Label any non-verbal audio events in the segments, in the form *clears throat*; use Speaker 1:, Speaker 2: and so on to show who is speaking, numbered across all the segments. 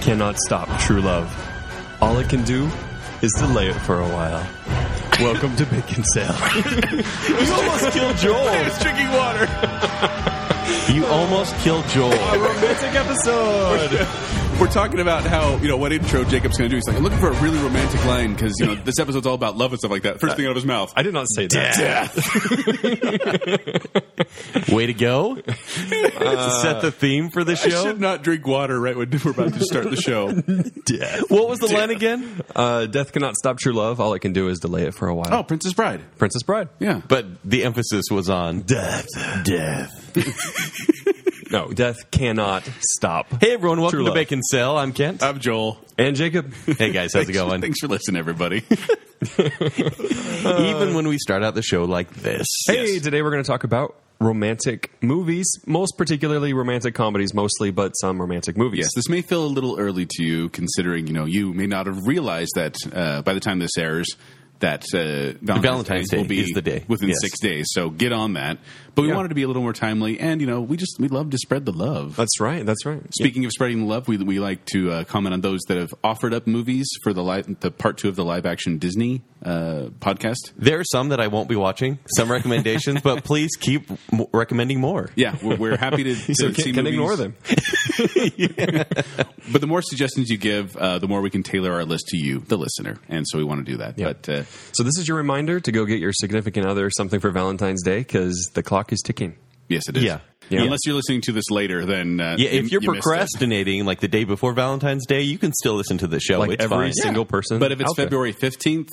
Speaker 1: cannot stop true love. All it can do is delay it for a while. Welcome to
Speaker 2: *laughs*
Speaker 1: Bacon Sale. *laughs* you almost killed Joel.
Speaker 2: Oh, It's drinking water. *laughs*
Speaker 1: You almost killed Joel. romantic episode.
Speaker 2: We're talking about how you know what intro Jacob's going to do. He's like, I'm looking for a really romantic line because you know this episode's all about love and stuff like that. First thing out of his mouth.
Speaker 1: I did not say that. *laughs*
Speaker 3: Way to go.
Speaker 1: Uh,
Speaker 3: Set the theme for the
Speaker 2: I
Speaker 3: show.
Speaker 2: should not drink water right when we're about to start the show.
Speaker 1: Death.
Speaker 3: What was the line again?
Speaker 1: Uh, death cannot stop true love. All it can do is delay it for a while.
Speaker 2: *laughs* Oh, Princess Bride.
Speaker 1: Princess Bride.
Speaker 2: Yeah,
Speaker 3: But the emphasis was on death. *laughs* Death.
Speaker 1: No, death cannot stop.
Speaker 3: Hey everyone, welcome
Speaker 1: True
Speaker 3: to
Speaker 1: love.
Speaker 3: Bacon Cell. I'm Kent.
Speaker 2: I'm Joel.
Speaker 1: And Jacob.
Speaker 3: hey guys, how's it going?
Speaker 2: Thanks for listening, everybody. Uh,
Speaker 3: Even when we start out the show like this.
Speaker 1: Hey, today we're going to talk about romantic movies, most particularly romantic comedies, mostly, but some romantic movies.
Speaker 2: *laughs* Yes, this may feel a little early to you, considering you know you may not have realized that uh, by the time this airs, that uh, Valentine's,
Speaker 3: Valentine's
Speaker 2: will
Speaker 3: Day
Speaker 2: be
Speaker 3: is the day.
Speaker 2: within
Speaker 3: Yes.
Speaker 2: six days. So get on that. But we
Speaker 1: Yeah.
Speaker 2: wanted to be a little more timely, and you know we just we love to spread the love.
Speaker 1: That's right. That's right.
Speaker 2: Speaking of spreading love, we, we like to uh, comment on those that have offered up movies for the li- the part two of the live action Disney uh, podcast.
Speaker 3: There are some that I won't be watching, some recommendations, but please keep m- recommending more.
Speaker 2: Yeah, we're, we're happy
Speaker 3: *laughs*
Speaker 2: to, to
Speaker 1: So
Speaker 2: see
Speaker 1: can, can
Speaker 2: movies.
Speaker 1: ignore them.
Speaker 2: But the more suggestions you give, uh, the more we can tailor our list to you, the listener. And so we want to do that. But uh,
Speaker 1: So this is your reminder to go get your significant other something for Valentine's Day because the clock is ticking.
Speaker 2: yes, it is.
Speaker 3: Yeah.
Speaker 1: Yeah.
Speaker 2: Unless you're listening to this later, then uh,
Speaker 3: Yeah, if
Speaker 2: you-
Speaker 3: you're
Speaker 2: you missed it.
Speaker 3: procrastinating like the day before Valentine's Day, you can still listen to the
Speaker 2: Oh,
Speaker 3: show.
Speaker 1: Like
Speaker 3: it's
Speaker 1: every
Speaker 3: fine.
Speaker 1: single person.
Speaker 2: But if it's
Speaker 1: out there.
Speaker 2: February fifteenth,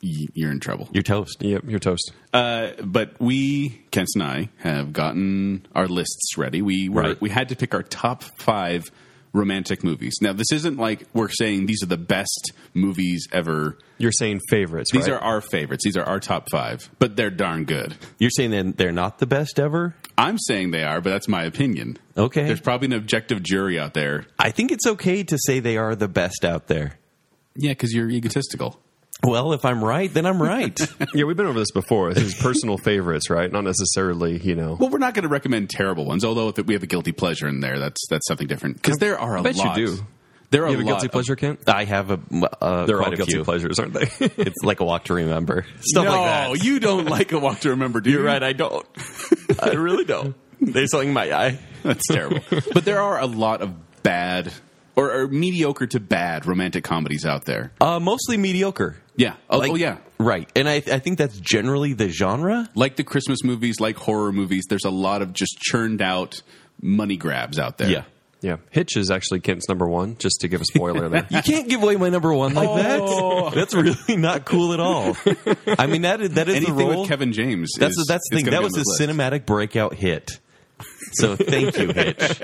Speaker 2: you're in trouble.
Speaker 3: You're toast.
Speaker 1: Yep, you're toast.
Speaker 2: Uh, but we, Kent and I, have gotten our lists ready. We were,
Speaker 3: Right.
Speaker 2: we had to pick our top five romantic movies. Now, this isn't like we're saying these are the best movies ever.
Speaker 1: You're saying favorites,
Speaker 2: These
Speaker 1: right?
Speaker 2: are our favorites. These are our top five, but they're darn good.
Speaker 3: You're saying that they're not the best ever?
Speaker 2: I'm saying they are, but that's my opinion.
Speaker 3: Okay.
Speaker 2: There's probably an objective jury out there.
Speaker 3: I think it's okay to say they are the best out there.
Speaker 2: Yeah, because you're egotistical.
Speaker 3: Well, if I'm right, then I'm
Speaker 1: *laughs*
Speaker 3: right.
Speaker 1: yeah, we've been over this before. This is personal favorites, right? Not necessarily, you know.
Speaker 2: Well, we're not going to recommend terrible ones, although if we have a guilty pleasure in there, that's that's something different. Because there are a
Speaker 1: I bet you
Speaker 2: lot.
Speaker 1: do.
Speaker 2: There are
Speaker 1: you have a
Speaker 2: lot
Speaker 1: guilty
Speaker 2: of-
Speaker 1: pleasure, Kent?
Speaker 3: I have a uh,
Speaker 1: They're
Speaker 3: quite
Speaker 1: all
Speaker 3: a
Speaker 1: guilty
Speaker 3: few.
Speaker 1: pleasures, aren't they?
Speaker 3: *laughs* It's like a walk to remember. Stuff
Speaker 2: no,
Speaker 3: like that.
Speaker 2: you don't like a walk to remember, do you?
Speaker 3: You're right. I don't. *laughs* I really don't. There's something in my eye.
Speaker 2: That's terrible. but there are a lot of bad or, or mediocre to bad romantic comedies out there.
Speaker 3: Uh, mostly mediocre.
Speaker 2: Yeah. Oh,
Speaker 3: Like-
Speaker 2: oh, yeah.
Speaker 3: Right. And I, I think that's generally the genre.
Speaker 2: Like the Christmas movies, like horror movies, there's a lot of just churned out money grabs out there.
Speaker 1: yeah. Hitch is actually Kent's number one, just to give a spoiler
Speaker 2: *laughs*
Speaker 1: there.
Speaker 3: You can't give away my number one like
Speaker 2: Oh. *laughs*
Speaker 3: that. That's really not cool at all. I mean, that is, that is the
Speaker 2: Anything
Speaker 3: role.
Speaker 2: with Kevin James.
Speaker 3: that's
Speaker 2: is,
Speaker 3: the, that's the
Speaker 2: is
Speaker 3: thing.
Speaker 2: gonna
Speaker 3: That
Speaker 2: be
Speaker 3: was
Speaker 2: on
Speaker 3: a
Speaker 2: this list.
Speaker 3: cinematic breakout hit. So thank you, Hitch.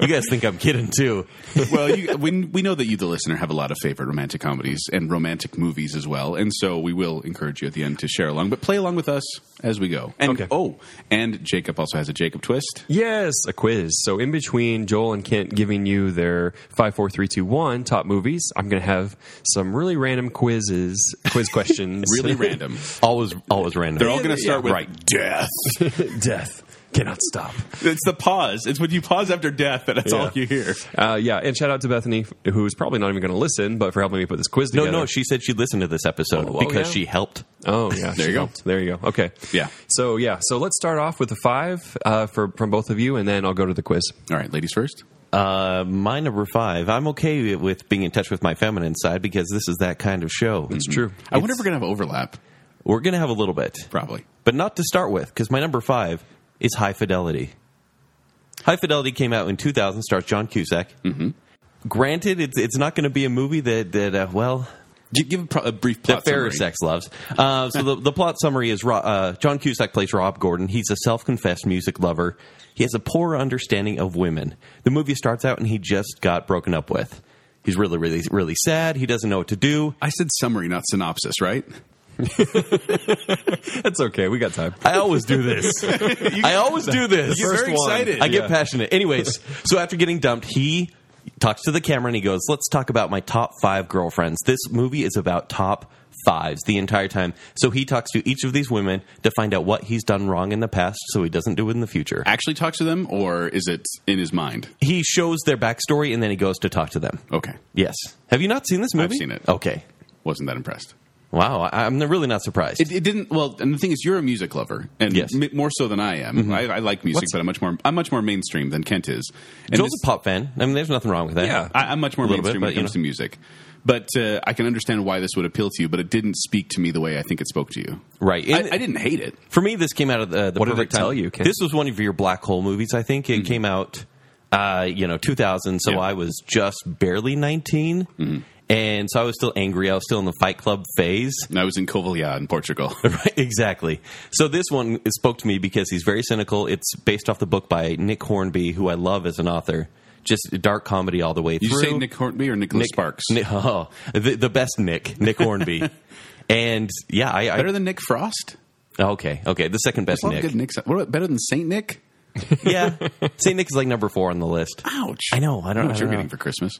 Speaker 3: you guys think I'm kidding too?
Speaker 2: *laughs* well, you, we, we know that you, the listener, have a lot of favorite romantic comedies and romantic movies as well, and so we will encourage you at the end to share along, but play along with us as we go. And
Speaker 1: Okay.
Speaker 2: oh, and Jacob also has a Jacob twist.
Speaker 1: Yes, a quiz. So in between Joel and Kent giving you their five, four, three, two, one top movies, I'm going to have some really random quizzes, quiz questions.
Speaker 2: *laughs*
Speaker 3: *laughs*
Speaker 2: Really random.
Speaker 3: Always, always random.
Speaker 2: They're all going to start with
Speaker 3: right.
Speaker 2: death.
Speaker 1: *laughs* Death cannot stop.
Speaker 2: *laughs* It's the pause. It's when you pause after death that that's all you hear.
Speaker 1: Uh, yeah, and shout out to Bethany, who's probably not even going to listen, but for helping me put this quiz
Speaker 3: No,
Speaker 1: together.
Speaker 3: no. She said she listened to this episode
Speaker 1: Oh, oh,
Speaker 3: because
Speaker 1: yeah?
Speaker 3: she helped.
Speaker 1: Oh yeah,
Speaker 2: There you go.
Speaker 1: There you go. Okay.
Speaker 2: Yeah.
Speaker 1: So yeah, so let's start off with the five uh, for from both of you, and then I'll go to the quiz.
Speaker 2: All right, ladies first.
Speaker 3: Uh, my number five. I'm okay with being in touch with my feminine side because this is that kind of show.
Speaker 1: It's true.
Speaker 2: I wonder if we're going to have overlap.
Speaker 3: We're gonna have a little bit,
Speaker 2: Probably.
Speaker 3: but not to start with because my number five is High Fidelity. High Fidelity came out in 2000. Stars John Cusack. Mm-hmm. Granted, it's it's not going to be a movie that that uh, well
Speaker 2: Gi- Give a, pro- a brief
Speaker 3: that
Speaker 2: plot
Speaker 3: fairer
Speaker 2: summary.
Speaker 3: sex loves. Uh, so the, the plot summary is Ro- uh, John Cusack plays Rob Gordon. He's a self-confessed music lover. He has a poor understanding of women. The movie starts out and he just got broken up with. He's really, really, really sad. He doesn't know what to do.
Speaker 2: I said summary, not synopsis, right?
Speaker 1: That's okay. We got time.
Speaker 3: I always
Speaker 2: *laughs*
Speaker 3: do this. I always do this.
Speaker 2: You get very excited.
Speaker 3: I get
Speaker 1: yeah.
Speaker 3: passionate. Anyways, so after getting dumped, he talks to the camera and he goes, "Let's talk about my top five girlfriends." This movie is about top fives the entire time. So he talks to each of these women to find out what he's done wrong in the past so he doesn't do it in the future.
Speaker 2: Actually talks to them, or is it in his mind?
Speaker 3: He shows their backstory and then he goes to talk to them.
Speaker 2: Okay.
Speaker 3: Yes. Have you not seen this movie?
Speaker 2: seen it.
Speaker 3: Okay.
Speaker 2: Wasn't that impressed.
Speaker 3: Wow. I, I'm really not surprised.
Speaker 2: It, it didn't. Well, and the thing is, you're a music lover, and
Speaker 3: Yes.
Speaker 2: m- more so than I am. I, I like music, but I'm much more. I'm much more mainstream than Kent is. And
Speaker 3: Joel's
Speaker 2: this-
Speaker 3: a pop fan. I mean, there's nothing wrong with that.
Speaker 1: Yeah.
Speaker 2: I, I'm much more
Speaker 3: A little
Speaker 2: mainstream
Speaker 3: bit,
Speaker 2: when
Speaker 3: but,
Speaker 2: it
Speaker 3: you
Speaker 2: comes to music. But uh, I can understand why this would appeal to you, but it didn't speak to me the way I think it spoke to you.
Speaker 3: Right.
Speaker 2: I,
Speaker 3: And-
Speaker 2: I didn't hate it.
Speaker 3: For me, this came out of the, the
Speaker 1: What did
Speaker 3: perfect
Speaker 1: it tell
Speaker 3: time.
Speaker 1: you, Ken?
Speaker 3: This was one of your black hole movies. I think it came out, uh, you know, 2000. So
Speaker 2: Yeah.
Speaker 3: I was just barely 19, and so I was still angry. I was still in the Fight Club phase.
Speaker 2: And I was in Covilhã in Portugal.
Speaker 3: Right, exactly. So this one spoke to me because he's very cynical. It's based off the book by Nick Hornby, who I love as an author. Just dark comedy all the way
Speaker 2: Did you
Speaker 3: through.
Speaker 2: say
Speaker 3: *laughs*
Speaker 2: Nick Hornby or Nicholas Sparks?
Speaker 3: Nick- oh, the, the best Nick, Nick Hornby. and yeah, I, I
Speaker 2: Better than Nick Frost?
Speaker 3: okay, okay, the second best
Speaker 2: Well,
Speaker 3: Nick.
Speaker 2: good Nick's. What about better than Saint Nick?
Speaker 3: yeah. St. Nick is like number four on the list.
Speaker 2: Ouch!
Speaker 3: I know. I don't
Speaker 2: what
Speaker 3: I don't
Speaker 2: you're
Speaker 3: know.
Speaker 2: getting for Christmas.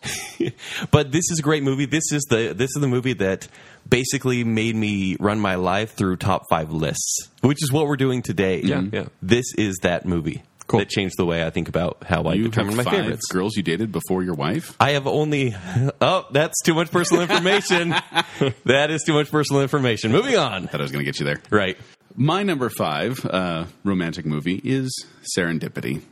Speaker 3: But this is a great movie. This is the this is the movie that basically made me run my life through top five lists, which is what we're doing today.
Speaker 1: Yeah, yeah.
Speaker 3: This is that movie
Speaker 1: Cool.
Speaker 3: that changed the way I think about how I
Speaker 2: you
Speaker 3: determine my
Speaker 2: have five
Speaker 3: favorites.
Speaker 2: girls you dated before your wife.
Speaker 3: I have only *laughs* oh, that's too much personal information. that is too much personal information. Moving on.
Speaker 2: Thought I was going to get you there.
Speaker 3: Right.
Speaker 2: My number five uh, romantic movie is Serendipity.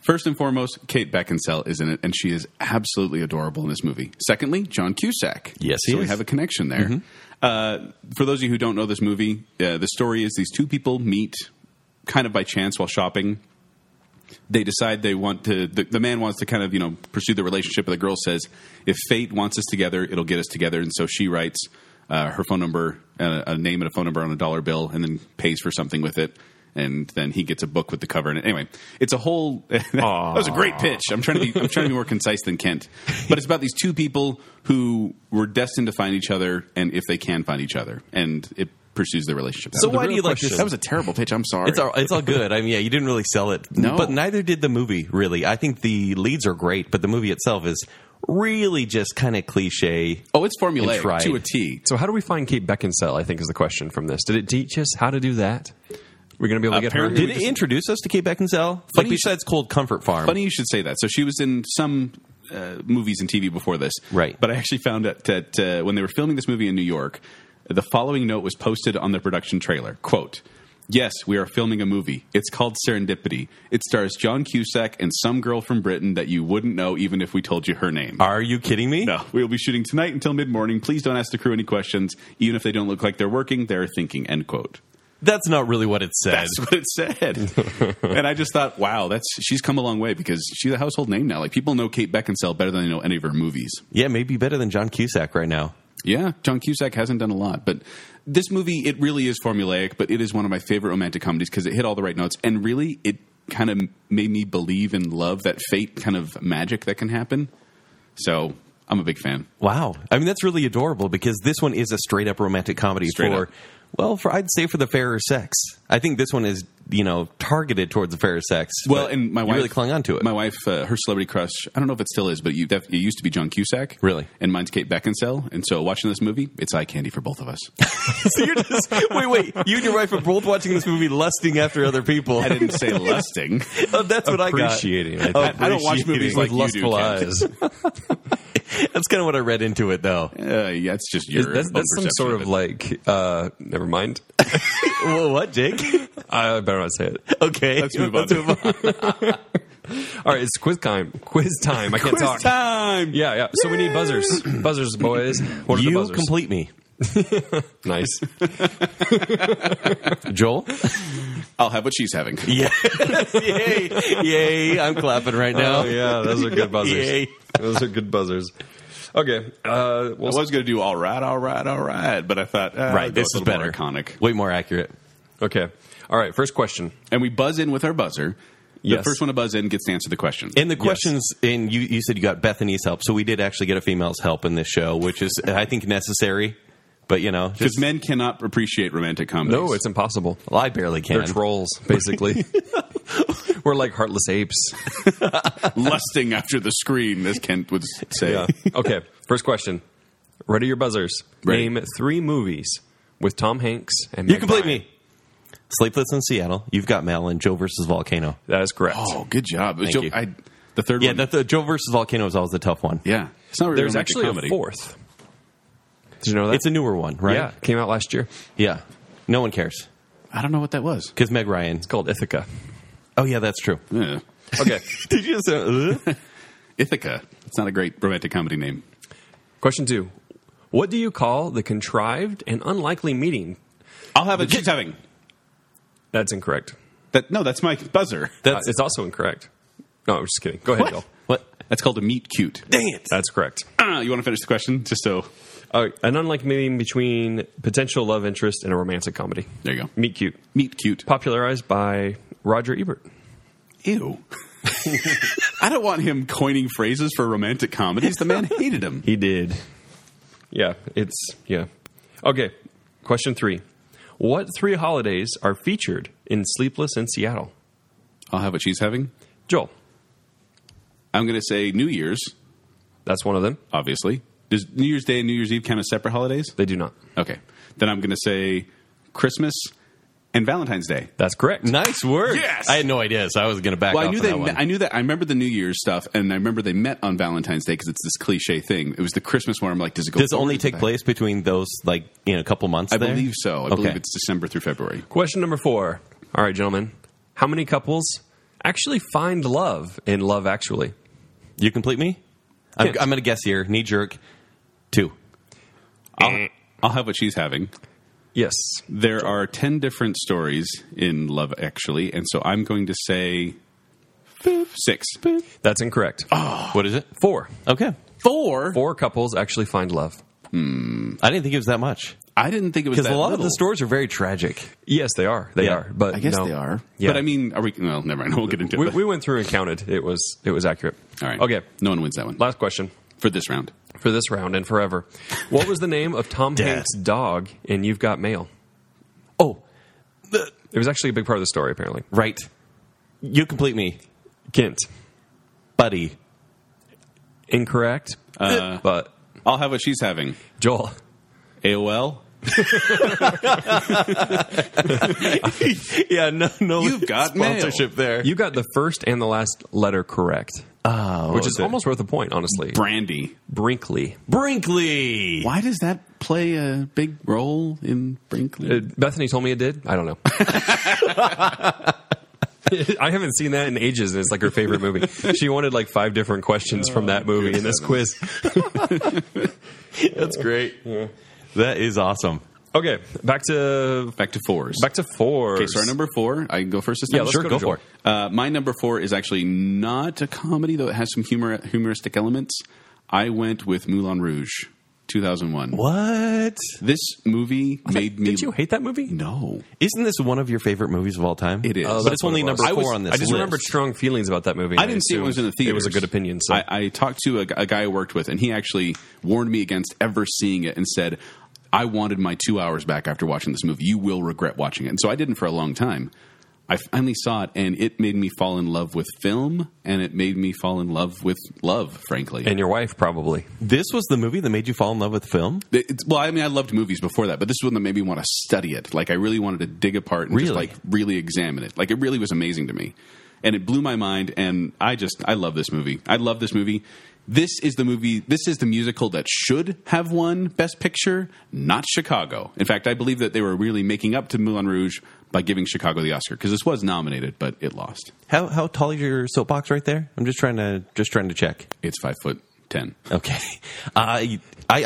Speaker 2: First and foremost, Kate Beckinsale is in it, and she is absolutely adorable in this movie. Secondly, John Cusack.
Speaker 3: Yes, he
Speaker 2: so we
Speaker 3: is. Mm-hmm.
Speaker 2: have a connection there. Uh, for those of you who don't know this movie, uh, the story is these two people meet kind of by chance while shopping. They decide they want to. The, the man wants to kind of you know pursue the relationship, but the girl says, "If fate wants us together, it'll get us together." And so she writes uh, her phone number, uh, a name, and a phone number on a dollar bill, and then pays for something with it. And then he gets a book with the cover in it. Anyway, it's a whole. *laughs* that was a great pitch. I'm trying to be. I'm trying to be more concise than Kent. But it's about these two people who were destined to find each other, and if they can find each other, and it pursues their relationship.
Speaker 3: So
Speaker 2: That was
Speaker 3: why
Speaker 2: the
Speaker 3: do
Speaker 2: real
Speaker 3: you like
Speaker 2: question.
Speaker 3: this-
Speaker 2: That was a terrible pitch. I'm sorry.
Speaker 3: It's all it's all good. I mean, yeah, you didn't really sell it,
Speaker 2: No.
Speaker 3: but neither did the movie. Really, I think the leads are great, but the movie itself is really just kind of cliche.
Speaker 2: Oh, it's
Speaker 3: And tried.
Speaker 2: formulaic to a T.
Speaker 1: So how do we find Kate Beckinsale? I think is the question from this. Did it teach us how to do that? We're going to be able to
Speaker 2: Apparently-
Speaker 1: get
Speaker 3: Did
Speaker 1: her.
Speaker 3: it introduce us to Kate Beckinsale?
Speaker 2: Funny
Speaker 3: like
Speaker 2: you should-
Speaker 3: besides Cold Comfort Farm,
Speaker 2: Funny you should say that. So she was in some uh, movies and TV before this,
Speaker 3: Right.
Speaker 2: But I actually found out that uh, when they were filming this movie in New York, the following note was posted on the production trailer: "Quote." Yes, we are filming a movie. It's called Serendipity. It stars John Cusack and some girl from Britain that you wouldn't know even if we told you her name.
Speaker 3: are you kidding me?
Speaker 2: No, we will be shooting tonight until mid morning. Please don't ask the crew any questions. Even if they don't look like they're working, they're thinking. End quote.
Speaker 3: That's not really what it says.
Speaker 2: That's what it said. and I just thought, wow, that's she's come a long way because she's a household name now. Like people know Kate Beckinsale better than they know any of her movies.
Speaker 3: Yeah, maybe better than John Cusack right now.
Speaker 2: Yeah, John Cusack hasn't done a lot, but this movie it really is formulaic, but it is one of my favorite romantic comedies because it hit all the right notes and really it kind of made me believe in love, that fate kind of magic that can happen. So, I'm a big fan.
Speaker 3: Wow, I mean that's really adorable because this one is a straight up romantic comedy
Speaker 2: Straight
Speaker 3: for,
Speaker 2: up.
Speaker 3: well, for I'd say for the fairer sex. I think this one is you know targeted towards the fairer sex.
Speaker 2: Well,
Speaker 3: but
Speaker 2: and my
Speaker 3: you
Speaker 2: wife
Speaker 3: really clung onto it.
Speaker 2: My wife, uh, her celebrity crush. I don't know if it still is, but you def- it used to be John Cusack,
Speaker 3: Really?
Speaker 2: and mine's Kate Beckinsale. And so, watching this movie, it's eye candy for both of us.
Speaker 3: *laughs* So you're just wait, wait. You and your wife are both watching this movie, lusting after other people.
Speaker 2: I didn't say lusting.
Speaker 3: *laughs* Oh, that's what I got.
Speaker 1: Appreciating, I think.
Speaker 3: Oh,
Speaker 2: I don't watch movies like
Speaker 1: with
Speaker 2: you do.
Speaker 1: lustful
Speaker 2: Kent.
Speaker 1: eyes.
Speaker 3: that's kind of what I read into
Speaker 2: *laughs*
Speaker 3: it, though.
Speaker 2: Uh, yeah, it's just *laughs* your.
Speaker 1: Is- that's
Speaker 2: own
Speaker 1: that's some
Speaker 2: perception
Speaker 1: sort of
Speaker 2: it.
Speaker 1: like. Uh, never mind.
Speaker 3: Whoa, what, Jake?
Speaker 1: I better not say it.
Speaker 3: Okay,
Speaker 2: Let's move on.
Speaker 1: All right, it's quiz time. Quiz time. I can't
Speaker 2: quiz
Speaker 1: talk.
Speaker 2: time.
Speaker 1: Yeah, yeah. So we need buzzers. buzzers, boys. What are the
Speaker 3: You
Speaker 1: buzzers?
Speaker 3: complete me,
Speaker 1: nice.
Speaker 3: Joel.
Speaker 2: I'll have what she's having.
Speaker 3: Yeah, *laughs* yay, yay! I'm clapping right now.
Speaker 1: Oh yeah, those are good buzzers.
Speaker 3: Yay.
Speaker 1: Those are good buzzers. Okay. Uh,
Speaker 2: I
Speaker 1: well,
Speaker 2: was going to do all right, all right, all right, but I thought uh, I'll
Speaker 3: Right,
Speaker 2: go
Speaker 3: this
Speaker 2: with
Speaker 3: is
Speaker 2: a little
Speaker 3: better.
Speaker 2: more iconic.
Speaker 3: way more accurate.
Speaker 1: okay. All right. First question.
Speaker 2: And we buzz in with our buzzer. The
Speaker 1: Yes.
Speaker 2: first one to buzz in gets to answer the question.
Speaker 3: And the questions, and you, you said you got Bethany's help, so we did actually get a female's help in this show, which is I think necessary. But you know,
Speaker 2: because
Speaker 3: just
Speaker 2: men cannot appreciate romantic comedies.
Speaker 1: No,
Speaker 2: *laughs*
Speaker 1: it's impossible.
Speaker 3: well, I barely can.
Speaker 1: They're trolls, basically. *laughs* We're like heartless apes.
Speaker 2: lusting after the screen, as Kent would say.
Speaker 1: *laughs* Okay. First question. Ready your buzzers.
Speaker 2: Ready.
Speaker 1: Name three movies with Tom Hanks and
Speaker 3: You
Speaker 1: Meg
Speaker 3: complete
Speaker 1: Ryan.
Speaker 3: me. Sleepless in Seattle. You've got Mel and Joe versus Volcano.
Speaker 1: That is correct.
Speaker 2: Oh, good job.
Speaker 3: Thank
Speaker 2: Joe-
Speaker 3: you.
Speaker 2: I- the third
Speaker 3: Yeah,
Speaker 2: one.
Speaker 3: that, the Joe versus Volcano is always the tough one.
Speaker 2: yeah. It's not really
Speaker 1: There's
Speaker 2: romantic
Speaker 1: actually
Speaker 2: comedy.
Speaker 1: a fourth. Did you know that?
Speaker 3: It's a newer one, right?
Speaker 1: Yeah, came out last year.
Speaker 3: Yeah. No one cares
Speaker 2: I don't know what that was.
Speaker 3: because Meg Ryan.
Speaker 1: It's called Ithaca.
Speaker 3: Oh yeah, that's true.
Speaker 2: Yeah.
Speaker 1: Okay. *laughs*
Speaker 3: Did you just? Uh, uh?
Speaker 2: Ithaca. It's not a great romantic comedy name.
Speaker 1: Question two. What do you call the contrived and unlikely meeting?
Speaker 2: I'll have a she's having.
Speaker 1: That's incorrect.
Speaker 2: That no, that's my buzzer.
Speaker 3: That's
Speaker 1: Uh, it's also incorrect. No, I'm just kidding. Go ahead,
Speaker 2: What?
Speaker 1: Bill.
Speaker 3: what?
Speaker 2: That's called a meet cute.
Speaker 3: Dang it!
Speaker 1: That's correct.
Speaker 2: Ah, you want to finish the question? Just so
Speaker 1: Uh, an unlikely meeting between potential love interest and a romantic comedy.
Speaker 2: there you go.
Speaker 1: Meet cute.
Speaker 2: Meet cute.
Speaker 1: Popularized by Roger Ebert.
Speaker 2: Ew. *laughs* I don't want him coining phrases for romantic comedies. The man hated him.
Speaker 1: He did. Yeah, it's yeah. Okay. Question three. What three holidays are featured in Sleepless in Seattle?
Speaker 2: *laughs* I'll have what she's having.
Speaker 1: Joel.
Speaker 2: I'm going to say New Year's,
Speaker 1: That's one of them.
Speaker 2: obviously. Does New Year's Day and New Year's Eve count as separate holidays?
Speaker 1: They do not.
Speaker 2: Okay. Then I'm going to say Christmas and Valentine's Day.
Speaker 1: That's correct.
Speaker 3: Nice work.
Speaker 2: Yes!
Speaker 3: I had no idea, Oh, so I was going to back
Speaker 2: Well, I
Speaker 3: off
Speaker 2: knew
Speaker 3: on
Speaker 2: they.
Speaker 3: that one.
Speaker 2: I knew that. I remember the New Year's stuff, and I remember they met on Valentine's Day because it's this cliche thing. It was the Christmas one. I'm like, does it go?
Speaker 3: Does it
Speaker 2: forward
Speaker 3: only
Speaker 2: or
Speaker 3: take
Speaker 2: back?
Speaker 3: place between those, like, in a couple months?
Speaker 2: I
Speaker 3: there?
Speaker 2: believe so. I
Speaker 3: Okay.
Speaker 2: believe it's December through February.
Speaker 1: Question number four. All right, gentlemen. How many couples actually find love in Love Actually?
Speaker 3: You complete me? I'm,
Speaker 1: Yes.
Speaker 3: I'm going to guess here. Knee jerk. Two.
Speaker 2: I'll, I'll have what she's having.
Speaker 1: Yes.
Speaker 2: There are ten different stories in Love Actually, and so I'm going to say six.
Speaker 1: That's incorrect.
Speaker 2: Ah.
Speaker 3: What is it?
Speaker 1: Four.
Speaker 3: Okay.
Speaker 2: Four.
Speaker 1: Four couples actually find love.
Speaker 3: I didn't think it was that much
Speaker 2: I didn't think it was
Speaker 3: because
Speaker 2: that
Speaker 3: a lot of
Speaker 2: little.
Speaker 3: the stories are very tragic.
Speaker 1: Yes, they are. They
Speaker 3: Yeah.
Speaker 1: are. But
Speaker 2: I guess
Speaker 1: no.
Speaker 2: they are.
Speaker 1: Yeah.
Speaker 2: But I mean, are we? Well, never mind. *laughs* We'll get into
Speaker 1: we,
Speaker 2: it.
Speaker 1: we went through and counted. It was it was accurate.
Speaker 2: All right.
Speaker 1: Okay.
Speaker 2: No one wins that one
Speaker 1: Last question
Speaker 2: for this round.
Speaker 1: for this round and forever. What was the name of Tom
Speaker 3: Death.
Speaker 1: Hanks' dog in You've Got Mail?
Speaker 3: Oh,
Speaker 1: It was actually a big part of the story, apparently.
Speaker 3: right. You complete me,
Speaker 1: Kent.
Speaker 2: *laughs*
Speaker 3: buddy.
Speaker 1: Incorrect.
Speaker 2: Uh,
Speaker 1: but
Speaker 2: I'll have what she's having.
Speaker 1: Joel.
Speaker 2: AOL.
Speaker 3: yeah, no, no.
Speaker 2: You've got
Speaker 3: sponsorship there.
Speaker 1: You got the first and the last letter correct,
Speaker 3: oh,
Speaker 1: which is almost worth a point, honestly.
Speaker 2: Brandy.
Speaker 1: Brinkley.
Speaker 3: Brinkley.
Speaker 2: Why does that play a big role in
Speaker 1: Uh,
Speaker 2: Brinkley?
Speaker 1: Bethany told me it did. I don't know. *laughs* I haven't seen that in ages, and it's like her favorite movie. She wanted like five different questions from that movie in this quiz.
Speaker 3: That's great. That is awesome.
Speaker 1: Okay, back to
Speaker 2: back to fours.
Speaker 1: back to four.
Speaker 2: okay, so our number four. I can go first this time.
Speaker 1: Yeah, let's
Speaker 3: Sure,
Speaker 1: go,
Speaker 3: go
Speaker 1: to Joel.
Speaker 3: for it.
Speaker 2: Uh, my number four is actually not a comedy, though it has some humor, humoristic elements. I went with Moulin Rouge, two thousand one.
Speaker 3: What?
Speaker 2: This movie made me.
Speaker 1: Did you hate that movie?
Speaker 2: No,
Speaker 3: Isn't this one of your favorite movies of all time?
Speaker 2: it is.
Speaker 1: Oh,
Speaker 3: But
Speaker 1: that's
Speaker 3: it's
Speaker 1: what
Speaker 3: only
Speaker 1: it was.
Speaker 3: number
Speaker 1: I
Speaker 3: four
Speaker 1: was-
Speaker 3: on this
Speaker 1: I just
Speaker 3: list.
Speaker 1: remembered strong feelings about that movie.
Speaker 2: I didn't see it when it was in the
Speaker 1: assumed
Speaker 2: theater.
Speaker 1: It was a good opinion. So
Speaker 2: I, I talked to a, gu- a guy I worked with, and he actually warned me against ever seeing it, and said, "I wanted my two hours back after watching this movie. You will regret watching it." And so I didn't for a long time. I finally saw it, and it made me fall in love with film, and it made me fall in love with love. Frankly,
Speaker 1: and your wife probably.
Speaker 3: This was the movie that made you fall in love with film?
Speaker 2: It's, well, I mean, I loved movies before that, but this is one that made me want to study it. Like, I really wanted to dig apart and just
Speaker 3: Really?
Speaker 2: like really examine it. Like, it really was amazing to me, and it blew my mind. And I just, I love this movie. I love this movie. This is the movie. This is the musical that should have won Best Picture, not Chicago. In fact, I believe that they were really making up to Moulin Rouge by giving Chicago the Oscar because this was nominated, but it lost.
Speaker 3: How how tall is your soapbox right there? I'm just trying to just trying to check.
Speaker 2: It's five foot ten.
Speaker 3: Okay. Uh, I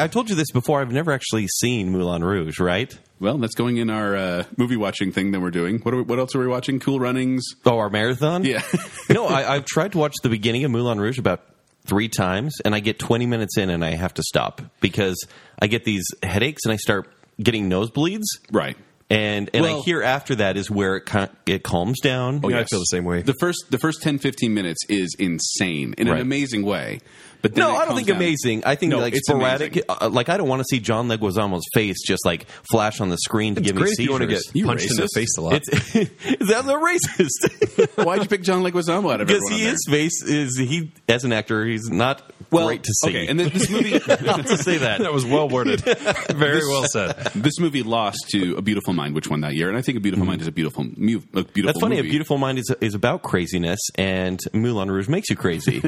Speaker 3: I told you this before. I've never actually seen Moulin Rouge, right?
Speaker 2: Well, that's going in our uh, movie watching thing that we're doing. What, are we, what else are we watching? Cool Runnings.
Speaker 3: Oh, our marathon.
Speaker 2: Yeah.
Speaker 3: *laughs* no, I, I've tried to watch the beginning of Moulin Rouge about three times, and I get 20 minutes in, and I have to stop because I get these headaches, and I start getting nosebleeds.
Speaker 2: Right.
Speaker 3: And and I
Speaker 2: Well- Oh,
Speaker 3: hear after that is where it ca- it calms down.
Speaker 1: yeah, I feel the same way.
Speaker 2: The first the first 10 15 minutes is insane in
Speaker 3: Right.
Speaker 2: an amazing way. But then it
Speaker 3: No, I don't
Speaker 2: calms
Speaker 3: think
Speaker 2: down.
Speaker 3: amazing. I think
Speaker 2: No,
Speaker 3: like
Speaker 2: it's
Speaker 3: sporadic.
Speaker 2: amazing.
Speaker 3: Uh, like I don't want to see John Leguizamo's face just like flash on the screen to
Speaker 1: It's
Speaker 3: give
Speaker 1: great
Speaker 3: me
Speaker 1: if you want to get
Speaker 3: seizures.
Speaker 2: You
Speaker 1: punched in the
Speaker 2: racist.
Speaker 1: face a lot.
Speaker 3: It's *laughs* that's a
Speaker 1: *laughs*
Speaker 2: *laughs*
Speaker 3: racist
Speaker 2: Why'd you pick John Leguizamo out of
Speaker 3: because
Speaker 2: everyone? on
Speaker 3: he
Speaker 2: there?
Speaker 3: is face is he as an actor he's not great to see.
Speaker 2: Okay, and then this movie,
Speaker 3: *laughs* I'll just say
Speaker 1: *laughs*
Speaker 3: that.
Speaker 1: that was well
Speaker 2: *laughs*
Speaker 1: worded. Very well said.
Speaker 2: this movie lost to A Beautiful Mind, which won that year, and I think A Beautiful Mind is a beautiful, mu- a beautiful.
Speaker 3: Mm-hmm. That's funny.
Speaker 2: movie.
Speaker 3: A Beautiful Mind is, is about craziness, and Moulin Rouge makes
Speaker 2: *laughs*
Speaker 3: you crazy.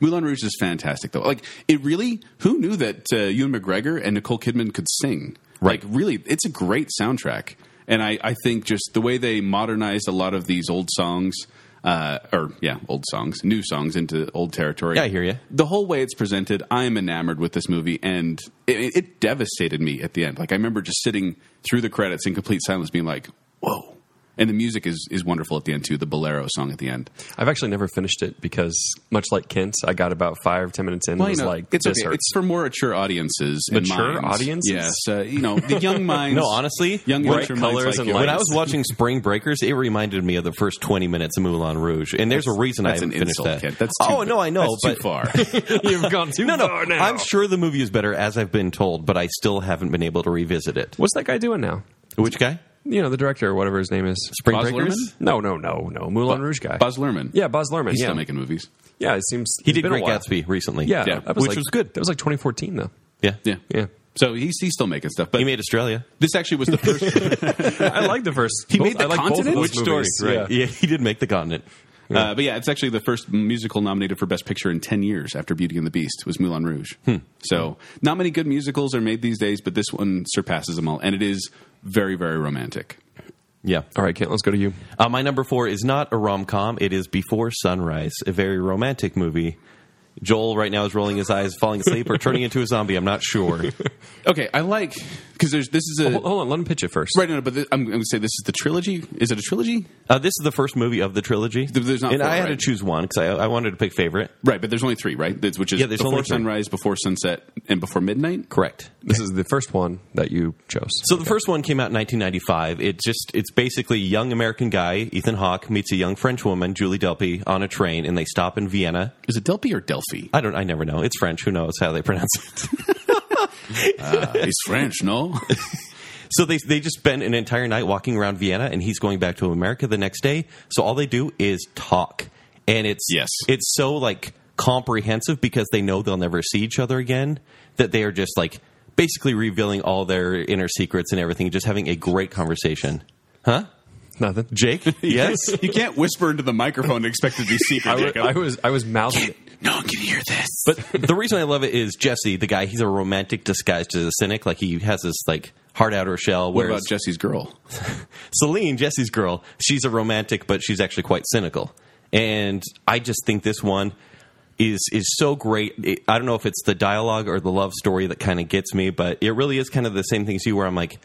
Speaker 2: Moulin Rouge is fantastic, though. Like it really. Who knew that uh, Ewan McGregor and Nicole Kidman could sing?
Speaker 3: Right.
Speaker 2: Like really, it's a great soundtrack, and I, I think just the way they modernized a lot of these old songs. Uh, or yeah, old songs, new songs into old territory.
Speaker 3: Yeah, I hear ya.
Speaker 2: The whole way it's presented, I am enamored with this movie, and it, it devastated me at the end. Like I remember just sitting through the credits in complete silence, being like, "Whoa!" And the music is is wonderful at the end too. The bolero song at the end.
Speaker 1: I've actually never finished it because, much like Kent, I got about five, ten minutes in and
Speaker 2: you
Speaker 1: was
Speaker 2: know,
Speaker 1: like,
Speaker 2: it's
Speaker 1: this
Speaker 2: okay.
Speaker 1: hurts.
Speaker 2: It's for more mature audiences. and
Speaker 1: Mature
Speaker 2: minds.
Speaker 1: audiences?
Speaker 2: yes. Uh, you know, the
Speaker 3: *laughs*
Speaker 2: young minds.
Speaker 3: No, honestly,
Speaker 2: young
Speaker 3: bright
Speaker 2: mature
Speaker 1: colors
Speaker 2: minds like
Speaker 1: and
Speaker 2: yours. *laughs*
Speaker 3: when I was watching Spring Breakers, it reminded me of the first twenty minutes of Moulin Rouge, and there's a reason I
Speaker 2: that's an
Speaker 3: haven't finished
Speaker 2: insult,
Speaker 3: that.
Speaker 2: kid. That's
Speaker 3: oh
Speaker 2: too-
Speaker 3: no, I know,
Speaker 2: that's
Speaker 3: but
Speaker 2: too
Speaker 1: *laughs*
Speaker 2: far.
Speaker 3: *laughs*
Speaker 1: You've gone too
Speaker 3: no, no,
Speaker 1: far now.
Speaker 3: I'm sure the movie is better as I've been told, but I still haven't been able to revisit it.
Speaker 1: What's that guy doing now?
Speaker 3: Which guy?
Speaker 1: You know, the director or whatever his name is.
Speaker 3: Spring
Speaker 2: Baz
Speaker 3: Breakers.
Speaker 2: Luhrmann?
Speaker 1: No, no, no, no. Moulin Rouge guy.
Speaker 2: Baz Luhrmann.
Speaker 1: yeah, Baz Luhrmann.
Speaker 2: he's
Speaker 1: yeah,
Speaker 2: still making movies.
Speaker 1: yeah. It seems
Speaker 3: He
Speaker 1: it's
Speaker 3: did
Speaker 1: been a
Speaker 3: Great
Speaker 1: while.
Speaker 3: Gatsby recently.
Speaker 1: Yeah,
Speaker 2: Yeah,
Speaker 1: that
Speaker 3: which
Speaker 1: like-
Speaker 3: was good.
Speaker 1: That was like 2014 though.
Speaker 3: yeah,
Speaker 2: Yeah,
Speaker 1: Yeah,
Speaker 2: So he's he's still making stuff, but
Speaker 3: He made Australia.
Speaker 2: this actually was the
Speaker 3: *laughs*
Speaker 2: first.
Speaker 1: I like the first.
Speaker 2: He
Speaker 1: both-
Speaker 2: made the
Speaker 1: I like both of
Speaker 2: continent?
Speaker 1: those
Speaker 2: Which
Speaker 1: movies.
Speaker 2: story?
Speaker 1: Yeah.
Speaker 2: Right.
Speaker 3: *laughs* Yeah, he did make the continent.
Speaker 2: uh, but yeah, it's actually the first musical nominated for Best Picture in ten years after Beauty and the Beast was Moulin Rouge.
Speaker 3: Hmm.
Speaker 2: So not many good musicals are made these days, but this one surpasses them all, and it is very very romantic.
Speaker 3: Yeah.
Speaker 1: All right, Kent. Let's go to you.
Speaker 3: Uh, my number four is not a rom com. It is Before Sunrise, a very romantic movie. Joel right now is rolling his eyes, falling asleep, or turning into a zombie. I'm not sure.
Speaker 2: Okay, I like because there's this is a
Speaker 3: Oh,
Speaker 1: Hold, hold on. Let him pitch it first.
Speaker 2: right. No, no, but th- I'm going to say this is the trilogy. Is it a trilogy?
Speaker 3: Uh, this is the first movie of the trilogy.
Speaker 2: there's not
Speaker 3: and
Speaker 2: four,
Speaker 3: I had to
Speaker 2: right?
Speaker 3: choose one because I, I wanted to pick favorite.
Speaker 2: Right, but there's only three, right? That's- Which is
Speaker 3: Yeah, there's
Speaker 2: before
Speaker 3: only three.
Speaker 2: sunrise, before sunset, and before midnight.
Speaker 3: Correct.
Speaker 1: This is the first one that you chose.
Speaker 3: So the first one came out in 1995. It just it's basically a young American guy, Ethan Hawke, meets a young French woman, Julie Delpy, on a train, and they stop in Vienna.
Speaker 2: Is it Delpy or Delphi?
Speaker 3: I don't. I never know. It's French. Who knows how they *laughs* pronounce it?
Speaker 2: Uh, *laughs* it's French, no?
Speaker 3: So they they just spend an entire night walking around Vienna, and he's going back to America the next day. So all they do is talk, and it's
Speaker 2: Yes.
Speaker 3: it's so like comprehensive because they know they'll never see each other again. That they are just like basically revealing all their inner secrets and everything, just having a great conversation. Huh,
Speaker 1: Nothing.
Speaker 3: Jake? *laughs* Yes.
Speaker 2: you can't whisper into the microphone and expect
Speaker 3: *laughs*
Speaker 2: it to be secret,
Speaker 1: I was,
Speaker 2: Jacob.
Speaker 1: I was I was mouthing. it.
Speaker 2: no one can hear this.
Speaker 3: But the reason I love it is Jesse, the guy. He's a romantic disguised as a cynic. Like he has this like heart outer shell.
Speaker 2: what
Speaker 3: Whereas
Speaker 2: about Jesse's girl?
Speaker 3: Celine, Jesse's girl, she's a romantic, but she's actually quite cynical. And I just think this one is is so great. It, I don't know if it's the dialogue or the love story that kind of gets me, but it really is kind of the same thing as you, where I'm like,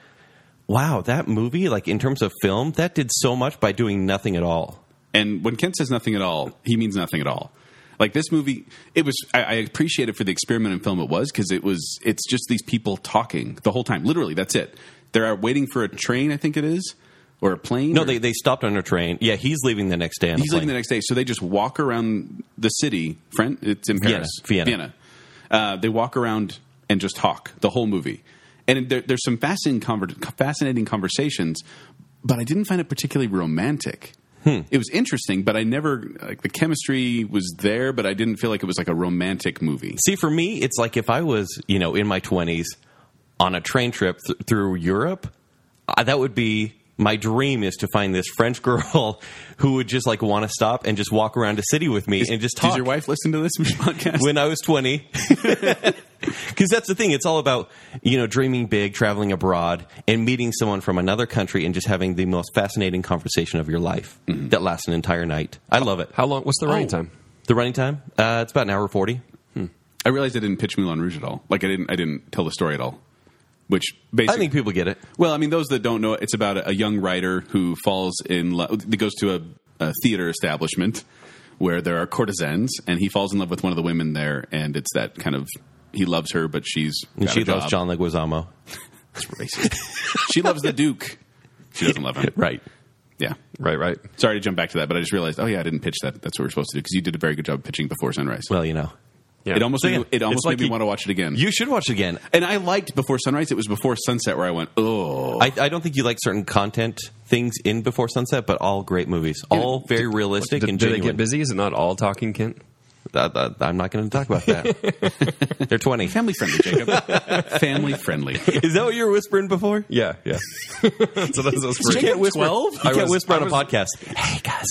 Speaker 3: wow, that movie, like in terms of film, that did so much by doing nothing at all.
Speaker 2: And when Kent says nothing at all, he means nothing at all. Like this movie, it was. I, I appreciate it for the experiment and film it was because it was. It's just these people talking the whole time. Literally, that's it. They're out waiting for a train. I think it is, or a plane.
Speaker 3: No,
Speaker 2: or-
Speaker 3: they they stopped on a train. Yeah, he's leaving the next day. On
Speaker 2: He's leaving the next day, so they just walk around the city. Fran it's in
Speaker 3: Vienna,
Speaker 2: Paris,
Speaker 3: Vienna.
Speaker 2: Uh, they walk around and just talk the whole movie, and there, there's some fascinating, conver- fascinating conversations. But I didn't find it particularly romantic.
Speaker 3: Hmm.
Speaker 2: It was interesting, but I never like the chemistry was there, but I didn't feel like it was like a romantic movie.
Speaker 3: See, for me, it's like if I was, you know, in my 20s on a train trip th- through Europe, I, that would be my dream is to find this French *laughs* girl who would just like want to stop and just walk around a city with me and just talk.
Speaker 2: Does your wife listen to this *laughs* podcast?
Speaker 3: when I was *laughs* 20. Because that's the thing. It's all about, you know, dreaming big, traveling abroad, and meeting someone from another country and just having the most fascinating conversation of your life
Speaker 2: Mm-hmm.
Speaker 3: that lasts an entire night. I love it.
Speaker 1: How long? What's the running
Speaker 2: Oh.
Speaker 1: time?
Speaker 3: The running time? Uh, it's about an hour 40.
Speaker 2: I realized I didn't pitch Moulin Rouge at all. Like I didn't, I didn't tell the story at all. Which
Speaker 3: I
Speaker 2: basically,
Speaker 3: think people get it.
Speaker 2: Well, I mean, those that don't know, it, it's about a, a young writer who falls in love, that goes to a, a theater establishment where there are courtesans, and he falls in love with one of the women there, and it's that kind of he loves her, but she's
Speaker 3: And
Speaker 2: got
Speaker 3: she
Speaker 2: a job.
Speaker 3: loves John Leguizamo.
Speaker 2: It's racist. *laughs* she loves the Duke. She doesn't love him.
Speaker 3: *laughs* Right.
Speaker 2: Yeah.
Speaker 1: Right, right.
Speaker 2: Sorry to jump back to that, but I just realized. Oh yeah, I didn't pitch that. That's what we're supposed to do because you did a very good job pitching before sunrise.
Speaker 3: Well, you know.
Speaker 1: Yeah.
Speaker 2: It almost
Speaker 3: So,
Speaker 2: made,
Speaker 3: yeah,
Speaker 2: me- it almost
Speaker 3: it's like
Speaker 2: made me
Speaker 3: you-
Speaker 2: want to watch it again.
Speaker 3: You should watch it again.
Speaker 2: and I liked Before Sunrise. It was Before Sunset where I went, oh,
Speaker 3: I, I don't think you like certain content things in Before Sunset, but all great movies, all very realistic
Speaker 1: Did,
Speaker 3: and
Speaker 1: did they get
Speaker 3: genuine.
Speaker 1: busy? Is it not all talking, Kent?
Speaker 3: I, am not going to talk about that. They're twenty.
Speaker 2: family friendly,
Speaker 3: *laughs*
Speaker 2: Jacob. family friendly.
Speaker 3: Is that what you were whispering before?
Speaker 1: Yeah, *laughs* yeah. so that was
Speaker 3: You can't whisper. You
Speaker 1: I
Speaker 3: can't
Speaker 1: was-
Speaker 3: whisper on
Speaker 1: I
Speaker 3: a
Speaker 1: was-
Speaker 3: podcast. Hey guys,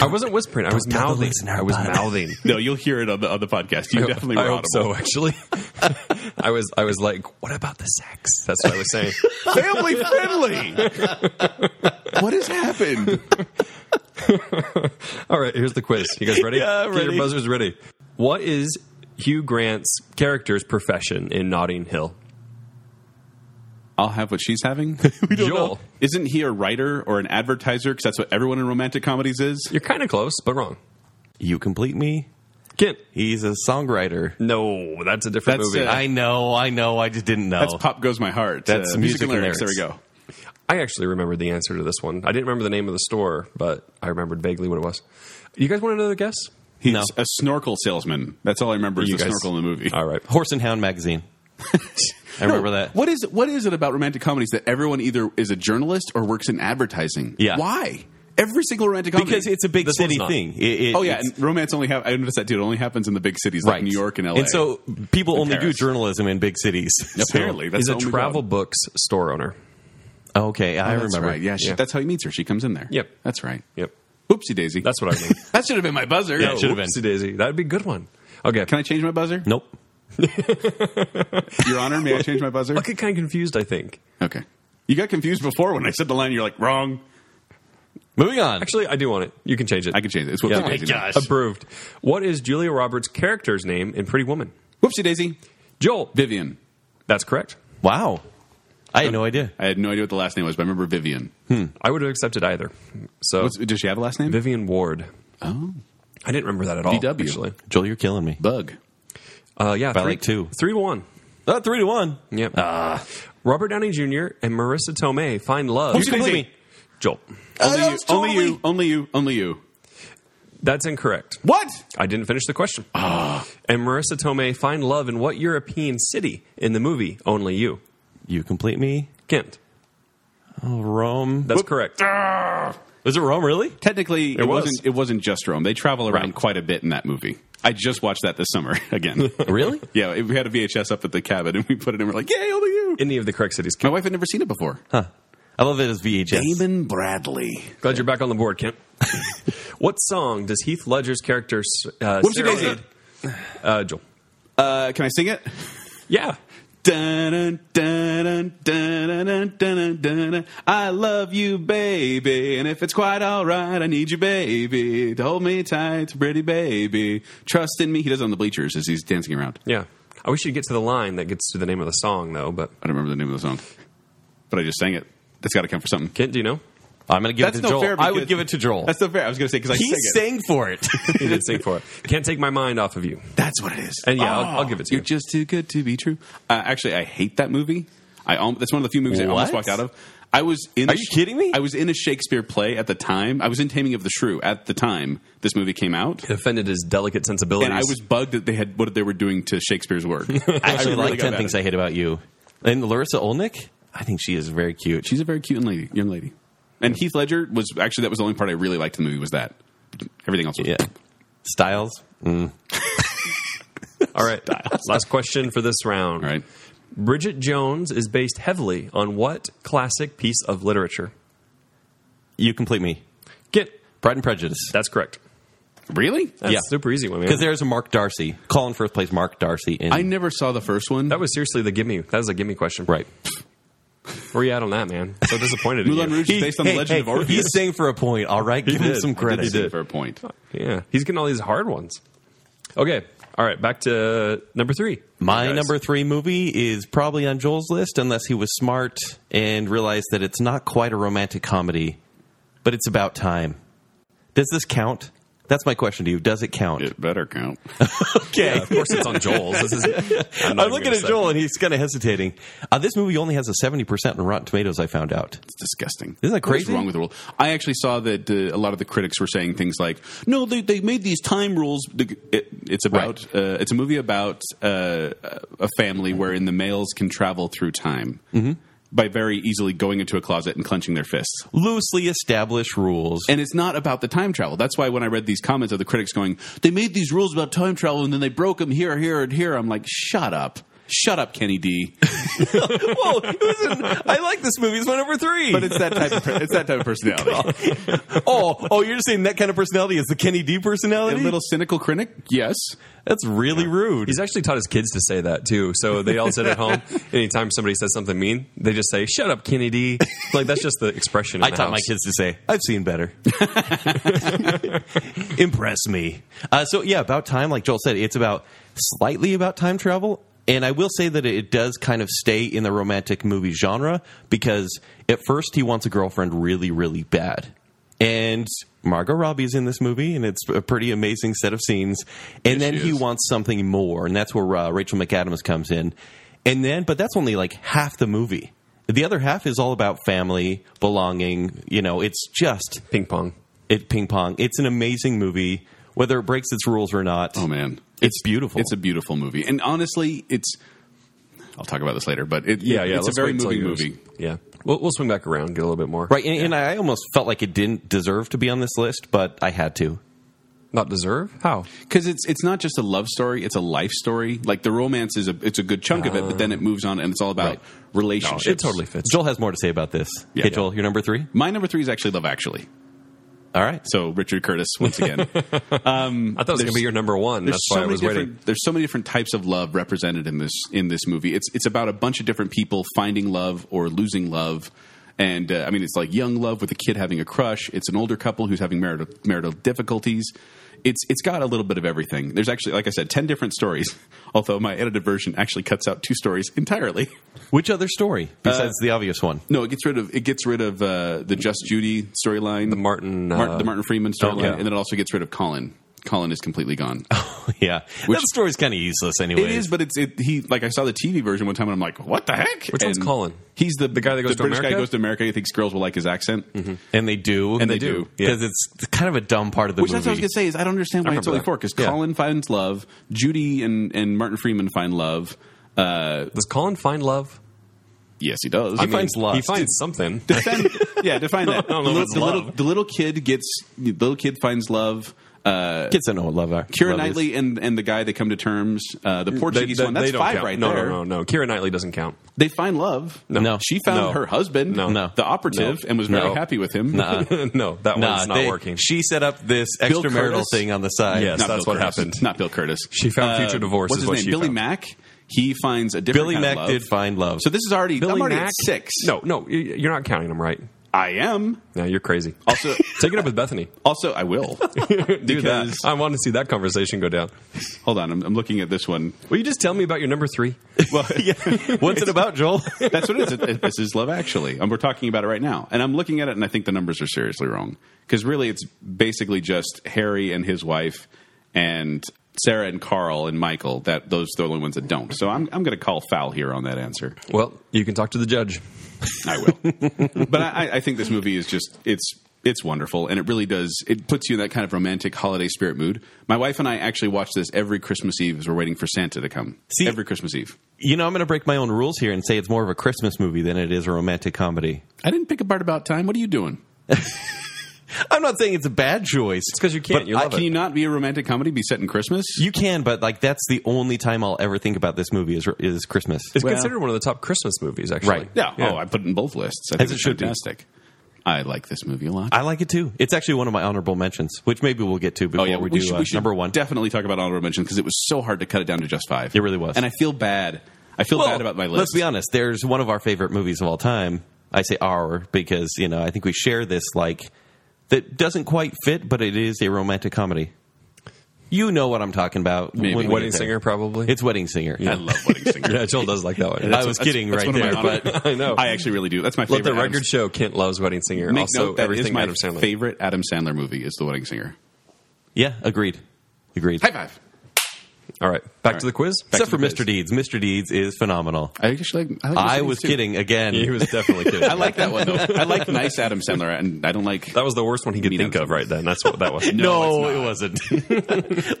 Speaker 1: I wasn't whispering. I was
Speaker 3: tell the
Speaker 1: mouthing.
Speaker 3: listener
Speaker 1: I was
Speaker 3: about it.
Speaker 1: mouthing.
Speaker 2: No, you'll hear it on the on the podcast. You definitely were
Speaker 1: I hope so.
Speaker 2: audible.
Speaker 1: Actually, *laughs* I was. I was like, "What about the sex?" That's what I was saying. *laughs*
Speaker 2: family friendly. what has happened?
Speaker 1: All right, here's the quiz. You guys ready?
Speaker 3: Yeah,
Speaker 1: Get
Speaker 3: ready.
Speaker 1: Your buzzer's ready. What is Hugh Grant's character's profession in Notting Hill?
Speaker 2: I'll have what she's
Speaker 1: *laughs*
Speaker 2: having.
Speaker 1: Joel,
Speaker 2: Isn't he a writer or an advertiser? Because that's what everyone in romantic comedies is.
Speaker 1: you're kind of close, but wrong.
Speaker 3: you complete me.
Speaker 1: Kent,
Speaker 3: He's a songwriter.
Speaker 1: no, that's a different
Speaker 2: That's,
Speaker 1: movie.
Speaker 2: uh,
Speaker 3: I know, I know. I just didn't know.
Speaker 2: That's "Pop Goes My Heart." Uh,
Speaker 3: That's music and lyrics.
Speaker 2: There we go.
Speaker 1: I actually remembered the answer to this one. I didn't remember the name of the store, but I remembered vaguely what it was. You guys want another guess?
Speaker 2: He's
Speaker 3: No.
Speaker 2: a snorkel salesman. That's all I remember is
Speaker 1: You
Speaker 2: the
Speaker 1: guys-
Speaker 2: snorkel in the movie.
Speaker 1: All right.
Speaker 3: Horse and Hound magazine. I remember that.
Speaker 2: What is what is it about romantic comedies that everyone either is a journalist or works in advertising?
Speaker 3: Yeah.
Speaker 2: Why? Every single romantic comedy.
Speaker 3: Because it's a big
Speaker 1: This one's
Speaker 3: city
Speaker 1: not.
Speaker 3: thing. It- it-
Speaker 2: oh yeah,
Speaker 3: it's-
Speaker 2: and romance only have I noticed that too. It only happens in the big cities like
Speaker 3: right.
Speaker 2: New York and LA.
Speaker 3: And so people only
Speaker 2: Paris.
Speaker 3: do journalism in big cities. *laughs*
Speaker 2: apparently that's
Speaker 1: He's
Speaker 2: the
Speaker 1: a
Speaker 2: only
Speaker 1: travel
Speaker 2: one. Oh,
Speaker 1: books store owner.
Speaker 3: So- okay, I
Speaker 2: That's
Speaker 3: remember.
Speaker 2: right. Yeah, she,
Speaker 1: Yeah.
Speaker 2: that's how he meets her. She comes in there.
Speaker 1: Yep.
Speaker 2: That's right.
Speaker 1: Yep.
Speaker 2: Oopsie daisy.
Speaker 1: That's what I *laughs* think.
Speaker 2: that should have been my buzzer.
Speaker 3: Yeah, it should have been.
Speaker 1: Oopsie daisy. That'd be a good one. Okay.
Speaker 2: Can I change my buzzer?
Speaker 3: Nope.
Speaker 2: Your Honor, may I change my buzzer?
Speaker 1: I get kind of confused, I think.
Speaker 2: Okay. You got confused before when I said the line. You're like wrong.
Speaker 3: Moving on.
Speaker 1: Actually, I do want it. You can change it.
Speaker 2: I can change it. It's whoopsie
Speaker 1: Yeah.
Speaker 2: daisy. now.
Speaker 1: Approved. What is Julia Roberts' character's name in Pretty Woman?
Speaker 2: Whoopsie daisy.
Speaker 1: Joel.
Speaker 2: Vivian.
Speaker 1: That's correct.
Speaker 3: Wow. I had no idea.
Speaker 2: I had no idea what the last name was, but I remember Vivian.
Speaker 1: I would have accepted either. So
Speaker 2: What's, does she have a last name?
Speaker 1: Vivian Ward.
Speaker 2: oh,
Speaker 1: I didn't remember that at all.
Speaker 2: VW.
Speaker 1: Actually,
Speaker 3: Joel, you're killing me.
Speaker 2: bug.
Speaker 1: uh, yeah,
Speaker 3: like two.
Speaker 1: three to one.
Speaker 2: Uh,
Speaker 3: Oh, three to one.
Speaker 1: Yep.
Speaker 2: Ah.
Speaker 1: Robert Downey Jr. and Marissa Tomei find love.
Speaker 3: You complete me.
Speaker 1: Joel.
Speaker 2: Only,
Speaker 3: Oh, that
Speaker 2: you,
Speaker 3: was
Speaker 2: only
Speaker 3: totally-
Speaker 2: you. Only you. Only you.
Speaker 1: That's incorrect.
Speaker 2: What?
Speaker 1: I didn't finish the question. and Marissa Tomei find love in what European city in the movie Only You?
Speaker 3: You complete me.
Speaker 1: Kent.
Speaker 3: Oh, Rome.
Speaker 1: That's correct. Ah.
Speaker 3: Was it Rome, really?
Speaker 2: Technically, it,
Speaker 1: was.
Speaker 2: not It wasn't just Rome. They travel around
Speaker 1: Right.
Speaker 2: quite a bit in that movie. I just watched that this summer *laughs* again.
Speaker 3: Really?
Speaker 2: yeah, it- we had a VHS up at the cabin, and we put it in. We're like, "Yay, only you!"
Speaker 1: Any of the correct cities.
Speaker 2: My
Speaker 1: Kent.
Speaker 2: wife had never seen it before.
Speaker 3: I love it as VHS.
Speaker 2: Damon Bradley.
Speaker 1: Glad you're back on the board, Kent. *laughs* what song does Heath Ledger's character uh,
Speaker 2: Whoopsie
Speaker 1: Sarah-
Speaker 2: daisy.
Speaker 1: Uh, Joel.
Speaker 2: Uh, can I sing it?
Speaker 1: Yeah.
Speaker 2: Dun, dun, dun, dun, dun, dun, dun, dun. I love you, baby. And if it's quite all right, I need you, baby. To hold me tight, pretty baby. Trust in me. He does it on the bleachers as he's dancing around.
Speaker 1: Yeah. I wish you'd get to the line that gets to the name of the song, though. But
Speaker 2: I don't remember the name of the song, but I just sang it. That's got to come for something.
Speaker 1: Kent, do you know?
Speaker 3: I'm going to give
Speaker 2: That's
Speaker 3: it to
Speaker 2: no
Speaker 3: Joel.
Speaker 2: fair
Speaker 3: I would
Speaker 2: because-
Speaker 3: give it to Joel.
Speaker 2: That's not fair. I was going to say because I
Speaker 3: he
Speaker 2: sang it.
Speaker 3: sang
Speaker 2: *laughs*
Speaker 3: for it.
Speaker 1: He did sing *laughs* for it. Can't take my mind off of you.
Speaker 2: That's what it is. Oh.
Speaker 1: And yeah, I'll- I'll give it to you.
Speaker 2: You're just too good to be true. Uh, actually, I hate that movie. I al- that's one of the few movies I almost
Speaker 3: What?
Speaker 2: walked out of. I was in.
Speaker 3: Are you kidding me?
Speaker 2: I was in a Shakespeare play at the time. I was in Taming of the Shrew at the time this movie came out,
Speaker 1: It offended his delicate sensibilities.
Speaker 2: and I was bugged that they had what they were doing to Shakespeare's work.
Speaker 3: *laughs* I actually
Speaker 2: really
Speaker 3: like
Speaker 2: got
Speaker 3: 10
Speaker 2: mad
Speaker 3: Things
Speaker 2: at
Speaker 3: I Hate About You. And Larissa Olnick, I think she is very cute.
Speaker 2: She's a very cute and lady, young lady. And Heath Ledger was actually that was the only part I really liked in the movie was that. Everything else was
Speaker 3: yeah. Styles. Mm.
Speaker 1: All right. Last question for this round.
Speaker 2: all right.
Speaker 1: Bridget Jones is based heavily on what classic piece of literature?
Speaker 3: You complete me.
Speaker 1: Get.
Speaker 3: Pride and Prejudice.
Speaker 1: That's correct.
Speaker 2: Really?
Speaker 1: That's
Speaker 3: Yeah.
Speaker 1: super easy one, man.
Speaker 3: Because there's a Mark Darcy. Colin Firth plays Mark Darcy in.
Speaker 2: I never saw the first one.
Speaker 1: That was seriously the gimme. That was a gimme question.
Speaker 3: right.
Speaker 1: Where you at on that, man? So disappointed. in
Speaker 2: Moulin
Speaker 1: you.
Speaker 2: Rouge is based on the Legend of Orpheus.
Speaker 3: He's saying for a point. All right, give him
Speaker 1: did.
Speaker 3: some
Speaker 1: He
Speaker 3: credit.
Speaker 1: did.
Speaker 2: for a point.
Speaker 1: Yeah. He's getting all these hard ones. Okay. All right. Back to number three.
Speaker 3: My
Speaker 1: Guys.
Speaker 3: number three movie is probably on Joel's list, unless he was smart and realized that it's not quite a romantic comedy, but it's about time. Does this count? That's my question to you. Does it count?
Speaker 2: It better
Speaker 3: *laughs*
Speaker 2: count.
Speaker 3: Okay.
Speaker 1: of course, it's on Joel's. This is, I'm, not
Speaker 3: I'm
Speaker 1: even
Speaker 3: looking
Speaker 1: gonna
Speaker 3: at
Speaker 1: say.
Speaker 3: Joel and he's kind of hesitating. Uh, this movie only has a 70% in Rotten Tomatoes, I found out.
Speaker 2: It's disgusting.
Speaker 3: Isn't that
Speaker 2: What's
Speaker 3: crazy?
Speaker 2: wrong with the world? I actually saw that uh, a lot of the critics were saying things like, "No, they, they made these time rules. The- It, it's about uh, it's a movie about uh, a family wherein the males can travel through time
Speaker 3: Mm-hmm.
Speaker 2: by very easily going into a closet and clenching their fists.
Speaker 3: Loosely
Speaker 1: *laughs*
Speaker 3: established rules.
Speaker 2: And it's not about the time travel. That's why when I read these comments of the critics going, "They made these rules about time travel and then they broke them here, here, and here," I'm like, "Shut up." Shut up, Kenny D.
Speaker 3: Whoa, it was in- I like this movie. It's my number three.
Speaker 2: But it's that type of it's that type
Speaker 3: *laughs*
Speaker 2: of personality.
Speaker 3: oh, oh, you're saying that kind of personality is the Kenny D
Speaker 2: A
Speaker 3: personality?
Speaker 2: little cynical critic, yes.
Speaker 3: That's really rude.
Speaker 1: He's actually taught his kids to say that too. So they all sit at home. Anytime somebody says something mean, they just say "Shut up, Kennedy." Like that's just the expression. In
Speaker 3: I
Speaker 1: the
Speaker 3: taught my
Speaker 1: house.
Speaker 3: kids to say, "I've
Speaker 1: *laughs*
Speaker 3: seen better." Impress me. Uh, so yeah, about time. Like Joel said, it's about slightly about time travel, and I will say that it does kind of stay in the romantic movie genre because at first he wants a girlfriend really, really bad, and Margot Robbie is in this movie, and it's a pretty amazing set of scenes. And then
Speaker 2: she
Speaker 3: he
Speaker 2: is.
Speaker 3: wants something more, and that's where uh, Rachel McAdams comes in. And then, but that's only like half the movie. The other half is all about family, belonging. You know, it's just
Speaker 1: ping pong.
Speaker 3: it ping pong. It's an amazing movie, whether it breaks its rules or not.
Speaker 2: Oh man,
Speaker 3: It's beautiful.
Speaker 2: It's a beautiful movie, and honestly, it's. I'll talk about this later, but it,
Speaker 1: Yeah, yeah.
Speaker 2: it's a
Speaker 1: let's
Speaker 2: very
Speaker 1: wait until
Speaker 2: moving
Speaker 1: yours.
Speaker 2: movie.
Speaker 1: Yeah, we'll, we'll swing back around, get a little bit more.
Speaker 3: Right, and, and I almost felt like it didn't deserve to be on this list, but I had to.
Speaker 1: Not deserve? How?
Speaker 2: because it's it's not just a love story; it's a life story. Like the romance is a it's a good chunk of it, but then it moves on, and it's all about
Speaker 3: Right.
Speaker 2: relationships.
Speaker 1: It totally fits.
Speaker 3: Joel has more to say about this.
Speaker 2: Yeah.
Speaker 3: okay, Joel, your number three.
Speaker 2: My number three is actually Love Actually.
Speaker 3: All right,
Speaker 2: So Richard Curtis once again.
Speaker 1: I thought it was going to be your number one. That's why I was
Speaker 2: different,
Speaker 1: waiting.
Speaker 2: There's so many different types of love represented in this in this movie. It's it's about a bunch of different people finding love or losing love. And uh, I mean, it's like young love with a kid having a crush. It's an older couple who's having marital, marital difficulties. It's it's got a little bit of everything. There's actually, like I said, ten different stories. *laughs* Although my edited version actually cuts out two stories entirely. *laughs*
Speaker 3: which other story
Speaker 2: Uh,
Speaker 3: besides the obvious one? *laughs*
Speaker 2: No, it gets rid of it gets rid of uh, the Just Judy storyline, the
Speaker 1: Martin, uh,
Speaker 2: the Martin Freeman storyline,
Speaker 1: yeah.
Speaker 2: and then it also gets rid of Colin. Colin is completely gone.
Speaker 3: yeah, that story's kind of useless anyway.
Speaker 2: It is, but it's it, he like I saw the TV version one time, and I'm like, what the heck?
Speaker 1: Which one's Colin?
Speaker 2: He's the the
Speaker 1: guy that goes to
Speaker 2: British guy
Speaker 1: America? Mm-hmm.
Speaker 2: goes to America. He thinks girls will like his accent,
Speaker 3: and they do,
Speaker 2: and they, do.
Speaker 3: because it's kind of a dumb part of the
Speaker 2: Which
Speaker 3: movie.
Speaker 2: that's what I was gonna say is I don't understand why it's
Speaker 1: remember
Speaker 2: only
Speaker 1: that.
Speaker 2: four because
Speaker 1: Yeah.
Speaker 2: Colin finds love, Judy and and Martin Freeman find love. Uh,
Speaker 1: Does Colin find love?
Speaker 2: yes, he does.
Speaker 3: He finds love.
Speaker 1: He finds
Speaker 2: *laughs*
Speaker 1: something. *laughs*
Speaker 2: Defend- yeah, define that.
Speaker 1: I don't
Speaker 2: the,
Speaker 1: know if
Speaker 2: little,
Speaker 1: it's
Speaker 2: the
Speaker 1: love.
Speaker 2: little the little kid gets the little kid finds love. Uh,
Speaker 3: Kids don't know what love are.
Speaker 2: Kira
Speaker 3: love is.
Speaker 2: Knightley and, and the guy that come to terms, uh, the Portuguese one. That's
Speaker 1: don't
Speaker 2: five
Speaker 1: count.
Speaker 2: right
Speaker 1: no,
Speaker 2: there.
Speaker 1: No, no, no. Kira Knightley doesn't
Speaker 2: *laughs*
Speaker 1: count.
Speaker 2: They find love.
Speaker 3: No. No.
Speaker 2: She found
Speaker 1: No.
Speaker 2: her husband,
Speaker 1: No.
Speaker 3: No.
Speaker 2: the operative,
Speaker 1: No.
Speaker 2: and was very
Speaker 1: No.
Speaker 2: happy with
Speaker 1: *laughs*
Speaker 2: him.
Speaker 1: no, that
Speaker 3: Nah,
Speaker 1: one's not
Speaker 3: they-
Speaker 1: working.
Speaker 3: She set up this
Speaker 2: Bill
Speaker 3: extramarital
Speaker 2: Curtis?
Speaker 3: thing on the side.
Speaker 1: Yes. that's
Speaker 2: Bill
Speaker 1: what
Speaker 2: Curtis.
Speaker 1: happened.
Speaker 2: Not Bill Curtis.
Speaker 1: She found future divorce
Speaker 2: Uh,
Speaker 1: is
Speaker 2: What's his
Speaker 1: what
Speaker 2: name?
Speaker 1: she
Speaker 2: Billy
Speaker 1: found.
Speaker 2: Mack. He finds a different
Speaker 3: Billy
Speaker 2: kind of
Speaker 3: Mac
Speaker 2: love.
Speaker 3: did find love.
Speaker 2: So this is already. I'm already at six.
Speaker 1: No, no, y- y- you're not counting them right.
Speaker 2: I am.
Speaker 1: No, you're crazy.
Speaker 2: Also,
Speaker 1: *laughs* Take it up with
Speaker 2: *laughs*
Speaker 1: Bethany.
Speaker 2: also, I will.
Speaker 1: *laughs* Do that.
Speaker 2: Because-
Speaker 1: I want to see that conversation go down.
Speaker 2: Hold on, I'm, I'm looking at this one.
Speaker 1: Will you just tell me about your number
Speaker 2: *laughs*
Speaker 1: three? *laughs*
Speaker 2: Well,
Speaker 3: What's it about, Joel?
Speaker 2: that's what it is. This is Love Actually, and we're talking about it right now. And I'm looking at it, and I think the numbers are seriously wrong because really, it's basically just Harry and his wife, and Sarah and Carl and Michael. That those are the only ones that don't. So I'm I'm going to call foul here on that answer.
Speaker 1: Well, you can talk to the judge.
Speaker 2: I will. *laughs* but I, I think this movie is just it's it's wonderful, and it really does. It puts you in that kind of romantic holiday spirit mood. My wife and I actually watch this every Christmas Eve as we're waiting for Santa to come.
Speaker 3: See-
Speaker 2: every Christmas Eve.
Speaker 3: *laughs* you know, I'm going to break my own rules here and say it's more of a Christmas movie than it is a romantic comedy.
Speaker 2: I didn't pick apart about time. What are you doing?
Speaker 3: I'm not saying it's a bad choice. It's
Speaker 1: 'cause you can't. You love
Speaker 2: can
Speaker 1: it.
Speaker 2: you not be a romantic comedy be set in Christmas?
Speaker 3: You can, but like that's the only time I'll ever think about this movie is is Christmas.
Speaker 1: It's
Speaker 2: Well-
Speaker 1: considered one of the top Christmas movies, actually.
Speaker 3: Right.
Speaker 2: yeah. Oh, I put it in both lists. I
Speaker 3: As
Speaker 2: think
Speaker 3: it
Speaker 2: it's
Speaker 3: should be.
Speaker 2: fantastic. I like this movie a lot.
Speaker 3: I like it too. It's actually one of my honorable mentions, which maybe we'll get to
Speaker 2: Oh,
Speaker 3: before we, do uh, number one.
Speaker 2: Definitely talk about honorable mentions because it was so hard to cut it down to just five.
Speaker 3: It really was.
Speaker 2: and I feel bad. I feel
Speaker 3: Well,
Speaker 2: bad about my list.
Speaker 3: Let's be honest. There's one of our favorite movies of all time. I say our because you know I think we share this like that doesn't quite fit, but it is a romantic comedy. You know what I'm talking about.
Speaker 2: Maybe.
Speaker 3: when we
Speaker 1: Wedding
Speaker 3: get there.
Speaker 1: Singer, probably.
Speaker 3: It's *laughs* Wedding Singer.
Speaker 2: I love Wedding Singer.
Speaker 1: yeah, Joel does like that one.
Speaker 3: I was kidding
Speaker 2: that's
Speaker 3: right
Speaker 2: one of
Speaker 3: there,
Speaker 2: my honorable-
Speaker 3: but
Speaker 1: I know.
Speaker 2: I actually really do. That's my
Speaker 1: Let
Speaker 2: favorite.
Speaker 1: the record
Speaker 2: Adam-
Speaker 1: show Kent loves Wedding Singer.
Speaker 2: Make
Speaker 1: also,
Speaker 2: note, that is
Speaker 1: everything
Speaker 2: my
Speaker 1: Adam Sandler.
Speaker 2: favorite Adam Sandler movie is The Wedding Singer.
Speaker 3: Yeah, agreed. Agreed.
Speaker 2: High five.
Speaker 1: All right, back to the quiz.
Speaker 3: Except
Speaker 2: to
Speaker 3: for
Speaker 2: the
Speaker 3: Mr. Deeds. Mr. Deeds is phenomenal.
Speaker 2: I actually like, I, like
Speaker 3: I
Speaker 2: Mercedes,
Speaker 3: was
Speaker 2: too.
Speaker 3: kidding
Speaker 1: *laughs*
Speaker 3: again.
Speaker 1: He was definitely kidding.
Speaker 2: I like that one though. *laughs* I like nice Adam Sandler, and I don't like.
Speaker 1: that was the worst one he could
Speaker 2: Me
Speaker 1: think
Speaker 2: neither.
Speaker 1: of right then. That's what that was.
Speaker 3: No,
Speaker 2: No,
Speaker 3: it wasn't.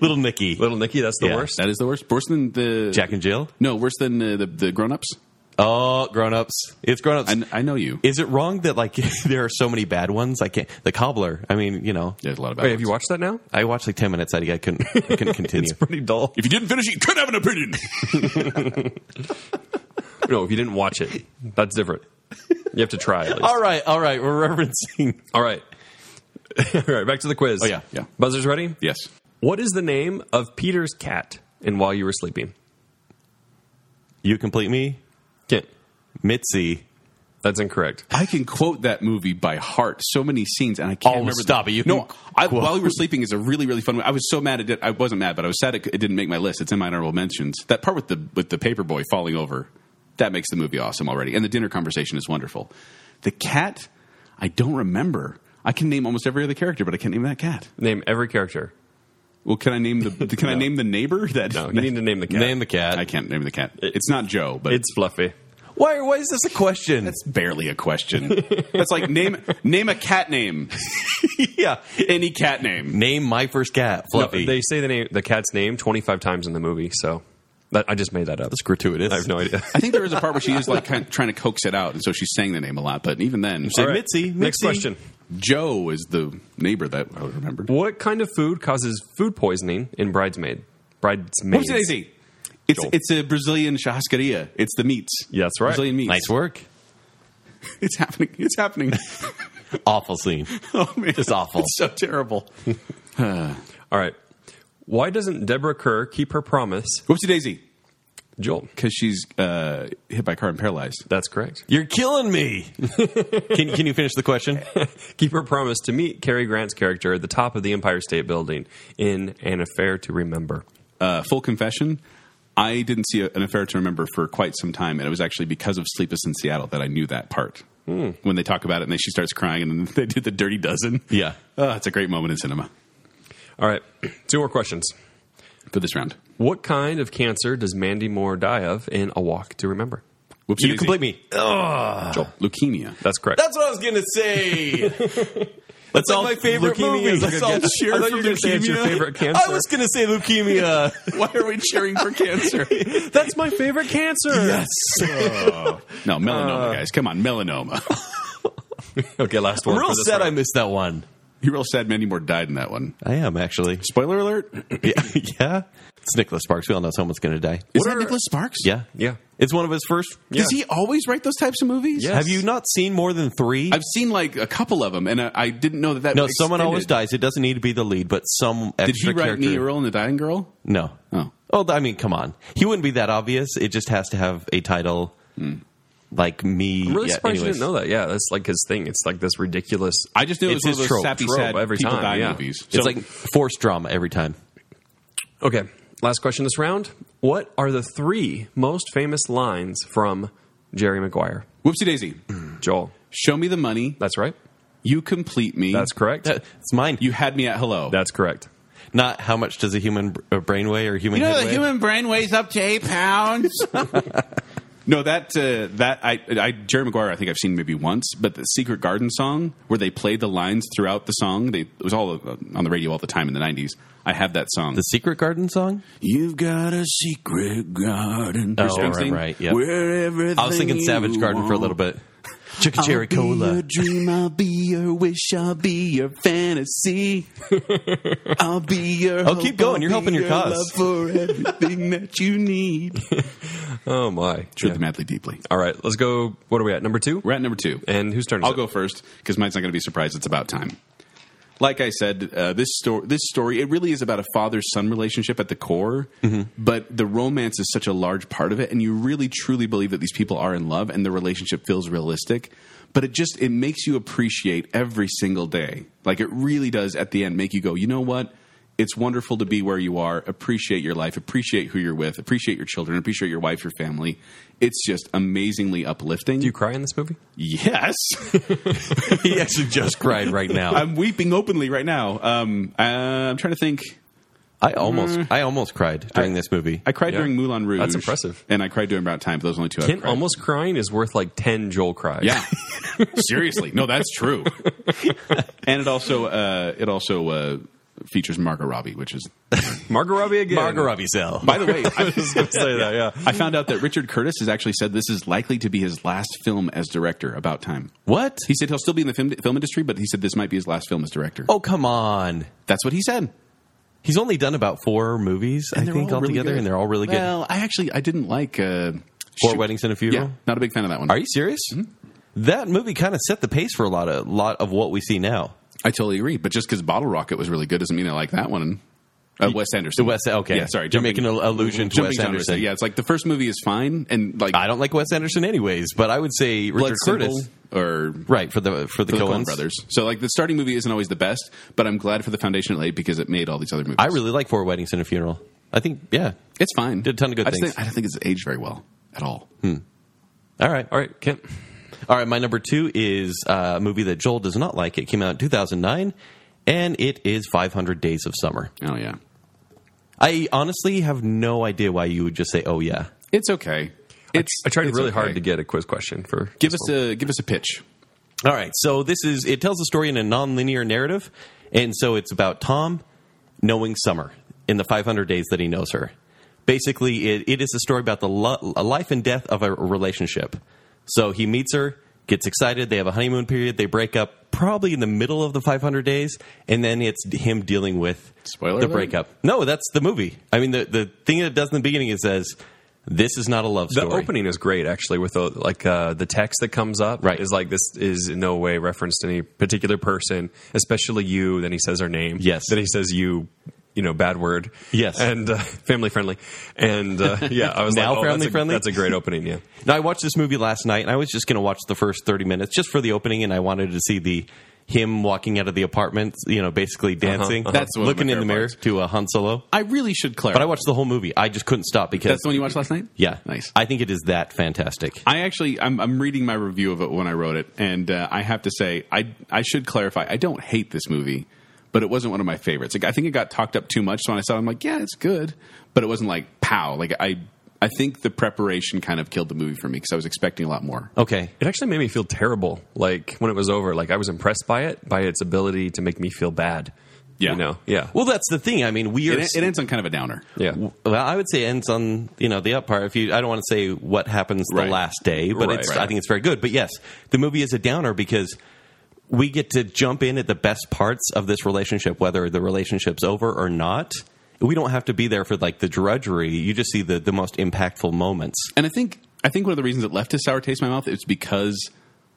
Speaker 3: *laughs* Little Nicky.
Speaker 1: Little Nicky, that's the
Speaker 3: Yeah.
Speaker 1: worst.
Speaker 2: That is the worst. Worse than the
Speaker 3: Jack and Jill.
Speaker 2: No, worse than uh, the the, the grown ups.
Speaker 3: Oh, grown ups. It's grown ups.
Speaker 2: I, kn- I know you.
Speaker 3: Is it wrong that like *laughs* there are so many bad ones? I can't. The cobbler. I mean, you know,
Speaker 2: There's a lot of. bad
Speaker 1: Wait, have
Speaker 2: ones.
Speaker 1: you watched that now?
Speaker 3: I watched like ten minutes. I, I couldn't. I couldn't continue.
Speaker 1: It's pretty dull.
Speaker 2: If you didn't finish it, you could have an opinion.
Speaker 1: *laughs* No, if you didn't watch it, that's different. You have to try. At least.
Speaker 3: all right, all right. We're referencing. *laughs*
Speaker 1: All right. *laughs* All right, back to the quiz.
Speaker 3: Oh, yeah.
Speaker 2: Yeah.
Speaker 1: Buzzer's ready?
Speaker 2: yes.
Speaker 1: What is the name of Peter's cat in While You Were Sleeping?
Speaker 3: You complete me,
Speaker 1: Kent.
Speaker 3: Mitzi.
Speaker 1: That's incorrect.
Speaker 2: I can quote that movie by heart. So many scenes, and I can't
Speaker 3: Oh,
Speaker 2: remember. the-
Speaker 3: stop it. You
Speaker 2: no,
Speaker 3: can
Speaker 2: I,
Speaker 3: quote.
Speaker 2: while we were sleeping is a really really fun. One. I was so mad at it. I wasn't mad, but I was sad it, it didn't make my list. It's in my honorable mentions. That part with the with the paper boy falling over, that makes the movie awesome already. And the dinner conversation is wonderful. The cat, I don't remember. I can name almost every other character, but I can't name that cat.
Speaker 1: Name every character.
Speaker 2: Well, can I name the? Can I name the neighbor? That
Speaker 1: No, you need to name the cat.
Speaker 3: Name the cat.
Speaker 2: I can't name the cat. It's not Joe, but
Speaker 1: it's Fluffy.
Speaker 3: why? Why is this a question?
Speaker 2: That's barely a question. That's like name name a cat name,
Speaker 3: *laughs* yeah.
Speaker 2: any cat name.
Speaker 3: Name my first cat,
Speaker 1: No,
Speaker 3: Fluffy.
Speaker 1: they say the name the cat's name 25 times in the movie, so that, I just made that up.
Speaker 3: That's gratuitous.
Speaker 1: I have no idea. *laughs*
Speaker 2: I think there was a part where she is like kind of trying to coax it out, and so she's saying the name a lot. But even then,
Speaker 3: Say
Speaker 1: All right.
Speaker 3: Mitzi,
Speaker 1: Next
Speaker 3: Mitzi.
Speaker 1: question.
Speaker 2: Joe is the neighbor that I would remember.
Speaker 1: What kind of food causes food poisoning in bridesmaid? Bridesmaids.
Speaker 2: Whoopsie-daisy. It's
Speaker 1: Joel.
Speaker 2: it's a Brazilian chascaria. It's the meats.
Speaker 1: Yeah, that's right.
Speaker 2: Brazilian meats.
Speaker 3: Nice work.
Speaker 2: It's happening. It's happening.
Speaker 3: Awful scene.
Speaker 2: oh man,
Speaker 3: Just awful.
Speaker 2: It's so terrible.
Speaker 1: All right. Why doesn't Deborah Kerr keep her promise?
Speaker 2: Whoopsie Daisy,
Speaker 1: Joel.
Speaker 2: because she's uh, hit by a car and paralyzed.
Speaker 1: That's correct.
Speaker 3: You're killing me. can Can you finish the question?
Speaker 1: Keep her promise to meet Cary Grant's character at the top of the Empire State Building in An Affair to Remember.
Speaker 2: uh, full confession, I didn't see a, an affair to remember for quite some time, and it was actually because of Sleepless in Seattle that I knew that part. When they talk about it, and then she starts crying, and then *laughs* they did the Dirty Dozen.
Speaker 3: Yeah.
Speaker 2: oh, it's a great moment in cinema
Speaker 1: All right. *clears throat* Two more questions.
Speaker 2: for this round.
Speaker 1: What kind of cancer does Mandy Moore die of in A Walk to Remember?
Speaker 2: Whoopsie
Speaker 3: You complete me.
Speaker 2: Joel. leukemia.
Speaker 1: That's correct.
Speaker 3: That's what I was gonna say. That's all
Speaker 2: my favorite movie.
Speaker 3: *laughs* Let's all cheer
Speaker 1: I thought
Speaker 3: for
Speaker 1: you were gonna say it's your
Speaker 3: leukemia.
Speaker 1: favorite cancer.
Speaker 3: I was gonna say leukemia.
Speaker 2: Why are we cheering for *laughs* cancer?
Speaker 1: That's my favorite *laughs* cancer.
Speaker 2: no, melanoma, guys. Come on, melanoma. *laughs*
Speaker 1: Okay, last one.
Speaker 3: *laughs* I'm real
Speaker 1: for this
Speaker 3: sad I
Speaker 1: round.
Speaker 3: missed that one.
Speaker 2: You're real sad. Mandy Moore died in that one.
Speaker 3: I am actually.
Speaker 2: Spoiler alert.
Speaker 3: *laughs* Yeah, yeah. It's Nicholas Sparks. We all know someone's gonna die.
Speaker 2: Is that
Speaker 1: are-
Speaker 2: Nicholas Sparks?
Speaker 3: Yeah,
Speaker 1: Yeah.
Speaker 3: It's one of his first.
Speaker 2: Does he always write those types of movies?
Speaker 1: Yeah.
Speaker 3: Have you not seen more than 3
Speaker 2: I've seen like a couple of them, and I, I didn't know that that
Speaker 3: no,
Speaker 2: was
Speaker 3: someone always
Speaker 2: extended.
Speaker 3: dies. It doesn't need to be the lead, but some extra
Speaker 2: Did he write
Speaker 3: character.
Speaker 2: Me, Earl, and the Dying Girl?
Speaker 3: No.
Speaker 2: Oh.
Speaker 3: Well, I mean, come on. He wouldn't be that obvious. It just has to have a title
Speaker 2: Hmm.
Speaker 3: like me.
Speaker 1: I'm really
Speaker 3: yeah,
Speaker 1: surprised
Speaker 3: anyways.
Speaker 1: you didn't know that. Yeah, that's like his thing. It's like this ridiculous.
Speaker 2: I just knew it
Speaker 3: It's
Speaker 2: was
Speaker 3: his
Speaker 2: one of
Speaker 3: trope.
Speaker 2: those sappy,
Speaker 1: Trope
Speaker 2: sad
Speaker 1: every
Speaker 2: people
Speaker 1: time,
Speaker 2: die
Speaker 1: yeah.
Speaker 2: movies.
Speaker 3: It's like forced drama every time. *laughs*
Speaker 1: Okay, last question this round. What are the three most famous lines from Jerry Maguire?
Speaker 2: Whoopsie Daisy,
Speaker 1: Joel.
Speaker 2: show me the money.
Speaker 1: That's right.
Speaker 2: You complete me.
Speaker 1: That's
Speaker 2: *laughs*
Speaker 1: correct.
Speaker 3: That- It's mine.
Speaker 2: you had me at hello.
Speaker 1: That's correct.
Speaker 3: Not how much does a human br- uh, brain weigh or human head weigh?
Speaker 2: brain weighs up to eight pounds. *laughs* no, that uh, that I, I Jerry Maguire. I think I've seen maybe once, but the Secret Garden song where they played the lines throughout the song. They, it was all uh, on the radio all the time in the '90s. I have that song.
Speaker 3: the Secret Garden song?
Speaker 2: You've got a secret garden.
Speaker 3: Oh,
Speaker 2: Bruce
Speaker 3: right,
Speaker 2: Springsteen?
Speaker 3: right, yep.
Speaker 2: Where everything
Speaker 3: I was thinking Savage
Speaker 2: you
Speaker 3: Garden for a
Speaker 2: want.
Speaker 3: little bit. Chicka Cherry
Speaker 2: I'll be your
Speaker 3: Cola.
Speaker 2: dream. I'll be your wish. I'll be your
Speaker 3: *laughs*
Speaker 2: fantasy. I'll be your.
Speaker 3: Oh, keep
Speaker 2: hope,
Speaker 3: going.
Speaker 2: I'll
Speaker 3: You're helping
Speaker 2: be
Speaker 3: your cause.
Speaker 2: love for everything that you need.
Speaker 1: Oh my.
Speaker 2: Truly, madly, deeply.
Speaker 1: All right, let's go. What are we at? Number two.
Speaker 2: We're at number two.
Speaker 1: And whose turn? Is
Speaker 2: I'll
Speaker 1: it?
Speaker 2: go first because mine's not going to be surprised. It's about time. Like I said, uh, this story, this story, it really is about a father son relationship at the core,
Speaker 1: Mm-hmm.
Speaker 2: but the romance is such a large part of it, and you really truly believe that these people are in love, and the relationship feels realistic. But it just it makes you appreciate every single day. Like it really does at the end make you go, you know what? It's wonderful to be where you are. Appreciate your life. Appreciate who you're with. Appreciate your children. Appreciate your wife, your family. It's just amazingly uplifting.
Speaker 1: Do you cry in this movie?
Speaker 2: yes.
Speaker 3: he actually just cried right now.
Speaker 2: I'm weeping openly right now. Um, uh, I'm trying to think.
Speaker 3: I almost, I almost cried during this movie.
Speaker 2: Mm. I cried
Speaker 1: Yeah.
Speaker 2: during Moulin Rouge.
Speaker 1: That's impressive.
Speaker 2: And I cried during About Time, but those are the only two I
Speaker 1: Kent
Speaker 2: cried.
Speaker 1: almost crying is worth like 10 Joel cries.
Speaker 2: Yeah. *laughs* Seriously. No, that's true. and it also uh, it also uh, features Margot Robbie, which is
Speaker 1: *laughs* Margot Robbie again.
Speaker 3: Margot Robbie Zell.
Speaker 2: by the way, I,
Speaker 1: Say that, yeah.
Speaker 2: I found out that Richard Curtis has actually said this is likely to be his last film as director about time.
Speaker 3: What?
Speaker 2: He said he'll still be in the film, film industry, but he said this might be his last film as director.
Speaker 3: Oh come on!
Speaker 2: That's what he said.
Speaker 3: He's only done about four movies, I
Speaker 2: they're
Speaker 3: think,
Speaker 2: all really
Speaker 3: altogether,
Speaker 2: good.
Speaker 3: and they're all really good.
Speaker 2: Well, I actually I didn't like uh,
Speaker 3: Four
Speaker 2: shoot.
Speaker 3: weddings and a funeral.
Speaker 2: Yeah, Mm-hmm. not a big fan of that one.
Speaker 3: Are you serious? That movie kind of set the pace for a lot of lot of what we see now.
Speaker 2: I totally agree. But just because Bottle Rocket was really good doesn't mean I like that one. Uh, Wes Anderson.
Speaker 3: The Wes, okay,
Speaker 2: Yeah, sorry.
Speaker 3: you're making an allusion to
Speaker 2: jumping
Speaker 3: Wes
Speaker 2: genres.
Speaker 3: Anderson.
Speaker 2: Yeah, it's like the first movie is fine, and like
Speaker 3: I don't like Wes Anderson, anyways, but I would say
Speaker 2: Blood
Speaker 3: Richard Curtis,
Speaker 2: Simple or
Speaker 3: right for the for the,
Speaker 2: the Coen
Speaker 3: Coens.
Speaker 2: Brothers. So like the starting movie isn't always the best, but I'm glad for the foundation it laid because it made all these other movies.
Speaker 3: I really like Four Weddings and a Funeral. I think, yeah,
Speaker 2: it's fine.
Speaker 3: Did a ton of good
Speaker 2: I just
Speaker 3: things. Hmm.
Speaker 2: think- I don't think it's aged very well at all.
Speaker 3: all right,
Speaker 1: All right, Kent.
Speaker 3: all right. My number two is uh, a movie that Joel does not like. It came out in 2009, and it is 500 Days of Summer.
Speaker 2: Oh yeah,
Speaker 3: I honestly have no idea why you would just say, "Oh yeah."
Speaker 2: it's okay. It's
Speaker 1: I tried
Speaker 2: it's
Speaker 1: really
Speaker 2: okay.
Speaker 1: hard to get a quiz question for.
Speaker 2: give us a give us a pitch.
Speaker 3: All right, so this is it tells a story in a nonlinear narrative, and so it's about Tom knowing Summer in the 500 days that he knows her. Basically, it, it is a story about the lo- a life and death of a relationship. So he meets her, gets excited, they have a honeymoon period, they break up probably in the middle of the 500 days, and then it's him dealing with
Speaker 2: Spoiler
Speaker 3: the
Speaker 2: alert.
Speaker 3: breakup. No, that's the movie. I mean, the the thing that it does in the beginning it says, "This is not a love
Speaker 1: The
Speaker 3: story."
Speaker 1: opening is great, actually, with the, like uh, the text that comes up.
Speaker 3: Right.
Speaker 1: is like this is in no way referenced to any particular person, especially you. Then he says her name.
Speaker 3: Yes.
Speaker 1: Then he says you. You know, bad word.
Speaker 3: Yes.
Speaker 1: and uh, family friendly, and uh, yeah, I *laughs* was
Speaker 3: Now
Speaker 1: like, oh, that's a-
Speaker 3: family-friendly?
Speaker 1: That's a great opening. Yeah,
Speaker 3: Now I watched this movie last night, and I was just going to watch the first thirty minutes just for the opening, and I wanted to see the him walking out of the apartment, you know, basically dancing,
Speaker 2: uh-huh. That's one of
Speaker 3: looking
Speaker 2: my
Speaker 3: in the
Speaker 2: favorite
Speaker 3: mirror
Speaker 2: parts.
Speaker 3: to a Han Solo.
Speaker 2: I really should clarify.
Speaker 3: But I watched the whole movie. I just couldn't stop because
Speaker 2: That's the one you watched last night.
Speaker 3: yeah,
Speaker 2: nice.
Speaker 3: I think it is that fantastic.
Speaker 2: I actually, I'm, I'm reading my review of it when I wrote it, and uh, I have to say, I I should clarify, I don't hate this movie, but it wasn't one of my favorites. Like, I think it got talked up too much. So when I saw it, I'm like, yeah, it's good, but it wasn't like pow. Like I, I think the preparation kind of killed the movie for me because I was expecting a lot more.
Speaker 3: Okay,
Speaker 1: it actually made me feel terrible. Like when it was over, like I was impressed by it, by its ability to make me feel bad.
Speaker 2: Yeah.
Speaker 1: you know, yeah,
Speaker 3: well that's the thing. I mean, we are.
Speaker 2: It, it ends on kind of a downer.
Speaker 1: yeah.
Speaker 3: well, I would say it ends on you know the up part. If you, I don't want to say what happens the
Speaker 2: Right.
Speaker 3: last day, but
Speaker 1: Right,
Speaker 3: it's,
Speaker 1: right.
Speaker 3: I think it's very good. But yes, the movie is a downer because we get to jump in at the best parts of this relationship, whether the relationship's over or not. We don't have to be there for like the drudgery. You just see the the most impactful moments.
Speaker 2: And I think I think one of the reasons it left a sour taste in my mouth is because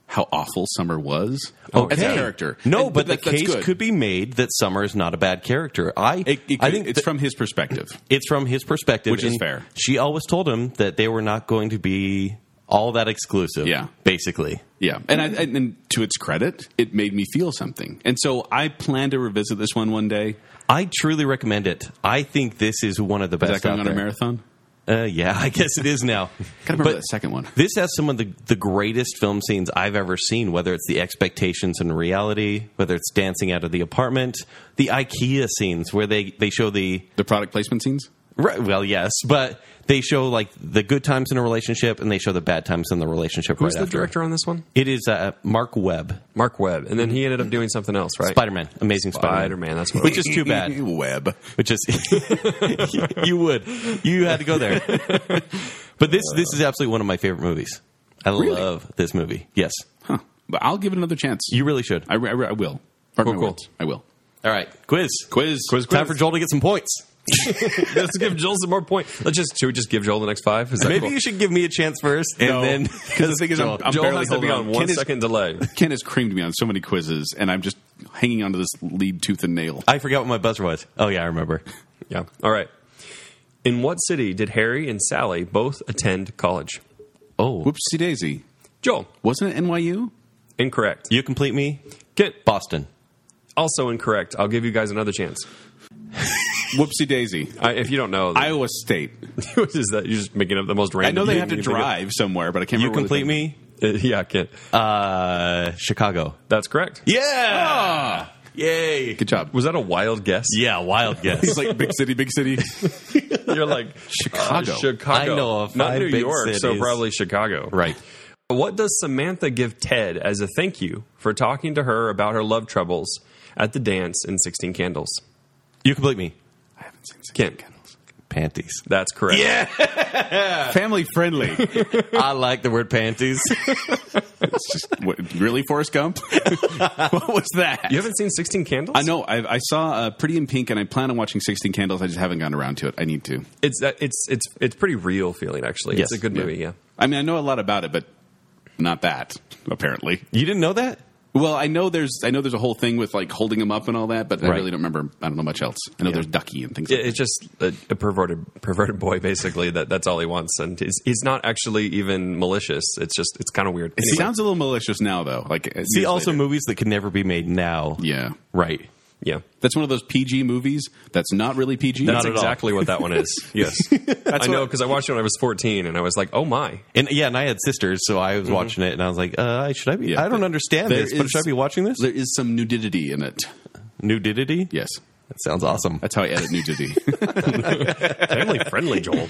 Speaker 2: how awful Summer was as a
Speaker 3: Oh, Okay.
Speaker 2: Oh, character.
Speaker 3: No,
Speaker 2: And-
Speaker 3: but,
Speaker 2: that-
Speaker 3: the
Speaker 2: that's
Speaker 3: case
Speaker 2: good.
Speaker 3: could be made that Summer is not a bad character. I
Speaker 2: It, it
Speaker 3: I
Speaker 2: could-
Speaker 3: think
Speaker 2: it's
Speaker 3: that-
Speaker 2: from his perspective.
Speaker 3: it's from his perspective,
Speaker 2: Which is
Speaker 3: and
Speaker 2: fair.
Speaker 3: She always told him that they were not going to be all that exclusive.
Speaker 2: Yeah.
Speaker 3: basically.
Speaker 2: Yeah, and I, and and to its credit, it made me feel something, and so I plan to revisit this one one day. Is
Speaker 3: I truly recommend it. I think this is one of the best
Speaker 2: that going
Speaker 3: out
Speaker 2: on a
Speaker 3: there.
Speaker 2: marathon?
Speaker 3: Uh, yeah, I guess it is now.
Speaker 2: *laughs* Gotta remember
Speaker 3: But
Speaker 2: that second one.
Speaker 3: This has some of the, the greatest film scenes I've ever seen, whether it's the expectations and reality, whether it's dancing out of the apartment, the IKEA scenes where they, they show the
Speaker 2: The product placement scenes.
Speaker 3: right, well, yes, but they show like the good times in a relationship and they show the bad times in the relationship.
Speaker 1: Who's
Speaker 3: right
Speaker 1: the
Speaker 3: after.
Speaker 1: director on this one?
Speaker 3: It is uh, Mark Webb,
Speaker 1: Mark Webb, and then he ended up doing something else, right?
Speaker 3: Spider Man, Amazing Spider
Speaker 1: Spider
Speaker 3: Man,
Speaker 1: Man. That's what.
Speaker 3: *laughs* which is too bad.
Speaker 2: Web.
Speaker 3: which is *laughs* you would you had to
Speaker 2: *laughs*
Speaker 3: go there but this this is absolutely one of my favorite movies i love this movie yes
Speaker 2: Huh. But I'll give it another chance.
Speaker 3: you really should
Speaker 2: I, re- I, re- I will. Mark
Speaker 1: Cool,
Speaker 2: my
Speaker 1: cool.
Speaker 2: words. I will.
Speaker 3: all right quiz
Speaker 2: Quiz.
Speaker 3: time for joel to get some points
Speaker 1: Let's give Joel some more points. Let's just should we just give Joel the next five? Is that
Speaker 3: maybe
Speaker 1: cool?
Speaker 3: you should give me a chance first and
Speaker 2: No,
Speaker 3: then
Speaker 2: *laughs* 'cause the thing is, I'm-
Speaker 3: Joel-
Speaker 2: I'm
Speaker 1: Joel
Speaker 2: barely
Speaker 1: has to be
Speaker 2: holding
Speaker 1: on
Speaker 2: on.
Speaker 1: one
Speaker 2: Ken is-
Speaker 1: second delay.
Speaker 2: Ken has creamed me on so many quizzes, and I'm just hanging onto this lead tooth and nail.
Speaker 3: i forgot what my buzzer was oh yeah i remember
Speaker 1: Yeah. All right. In what city did Harry and Sally both attend college?
Speaker 3: oh
Speaker 2: Whoopsie daisy.
Speaker 1: Joel,
Speaker 2: Wasn't it NYU?
Speaker 1: incorrect.
Speaker 3: you complete me
Speaker 1: Kent,
Speaker 3: boston
Speaker 1: also incorrect. I'll give you guys another chance.
Speaker 2: Whoopsie daisy.
Speaker 1: I, if you don't know, then-
Speaker 2: Iowa State.
Speaker 1: *laughs* what is that? You're just making up the most
Speaker 2: I
Speaker 1: random.
Speaker 2: know they
Speaker 1: thing
Speaker 2: have to
Speaker 1: you can think
Speaker 2: drive somewhere, but I can't
Speaker 3: You
Speaker 2: remember. where
Speaker 3: complete me?
Speaker 1: of. yeah, I can't.
Speaker 3: Uh, Chicago.
Speaker 1: That's correct.
Speaker 3: Yeah!
Speaker 2: Ah,
Speaker 3: Yay!
Speaker 2: good job.
Speaker 1: Was that a wild guess?
Speaker 3: Yeah, wild
Speaker 2: *laughs*
Speaker 3: guess.
Speaker 2: He's like big city, big
Speaker 3: *laughs*
Speaker 2: city.
Speaker 1: *laughs*
Speaker 3: Oh,
Speaker 1: You're like
Speaker 2: *laughs* Chicago.
Speaker 1: uh, Chicago.
Speaker 3: I know of
Speaker 1: not
Speaker 3: five
Speaker 1: New
Speaker 3: big
Speaker 1: York, so
Speaker 3: cities.
Speaker 1: probably Chicago.
Speaker 3: right.
Speaker 1: What does Samantha give Ted as a thank you for talking to her about her love troubles at the dance in Sixteen Candles?
Speaker 3: You complete me.
Speaker 2: I haven't seen Sixteen
Speaker 1: Kent.
Speaker 2: Candles.
Speaker 3: Panties.
Speaker 1: That's correct. Yeah.
Speaker 3: Uh,
Speaker 2: Family
Speaker 3: *laughs*
Speaker 2: friendly.
Speaker 3: I like the word *laughs* panties.
Speaker 2: It's just- what, really, Forrest
Speaker 3: *laughs*
Speaker 2: Gump? what was that?
Speaker 1: You haven't seen Sixteen Candles?
Speaker 2: I know. I, I saw uh, Pretty in Pink, and I plan on watching Sixteen Candles. I just haven't gotten around to it. I need to.
Speaker 1: It's uh, it's it's it's pretty real feeling actually.
Speaker 3: Yes.
Speaker 1: It's a good movie. Yeah.
Speaker 2: I mean, I know a lot about it, but not that apparently.
Speaker 3: You didn't know that?
Speaker 2: Well, I know there's I know there's a whole thing with like holding him up and all that, but I
Speaker 3: Right.
Speaker 2: really don't remember. I don't know much else. I know there's Ducky and things.
Speaker 1: It-
Speaker 2: like
Speaker 1: It's just a, a perverted perverted boy basically. That that's all he wants, and he's, he's not actually even malicious. It's just it's kind of weird.
Speaker 2: that. It
Speaker 1: Anyway.
Speaker 2: sounds a little malicious now, though. Like uh,
Speaker 3: See,
Speaker 2: years
Speaker 3: also
Speaker 2: later.
Speaker 3: movies that could never be made now.
Speaker 2: yeah,
Speaker 3: Right.
Speaker 1: yeah.
Speaker 2: that's one of those PG movies that's not really PG.
Speaker 1: That's
Speaker 3: at all.
Speaker 1: exactly what that one
Speaker 3: *laughs*
Speaker 1: is. Yes, I know because I watched it when I was 14, and I was like, "Oh my!"
Speaker 3: And yeah, and I had sisters, so I was watching it, and I was like, uh, "Should I be?
Speaker 2: Yeah.
Speaker 3: I don't understand
Speaker 2: There
Speaker 3: this, but
Speaker 2: is-
Speaker 3: should I be watching this?
Speaker 2: There is some nudity in it.
Speaker 3: Nudity?
Speaker 2: Yes,
Speaker 3: That sounds awesome.
Speaker 2: that's how I edit nudity. *laughs*
Speaker 1: Family friendly, Joel.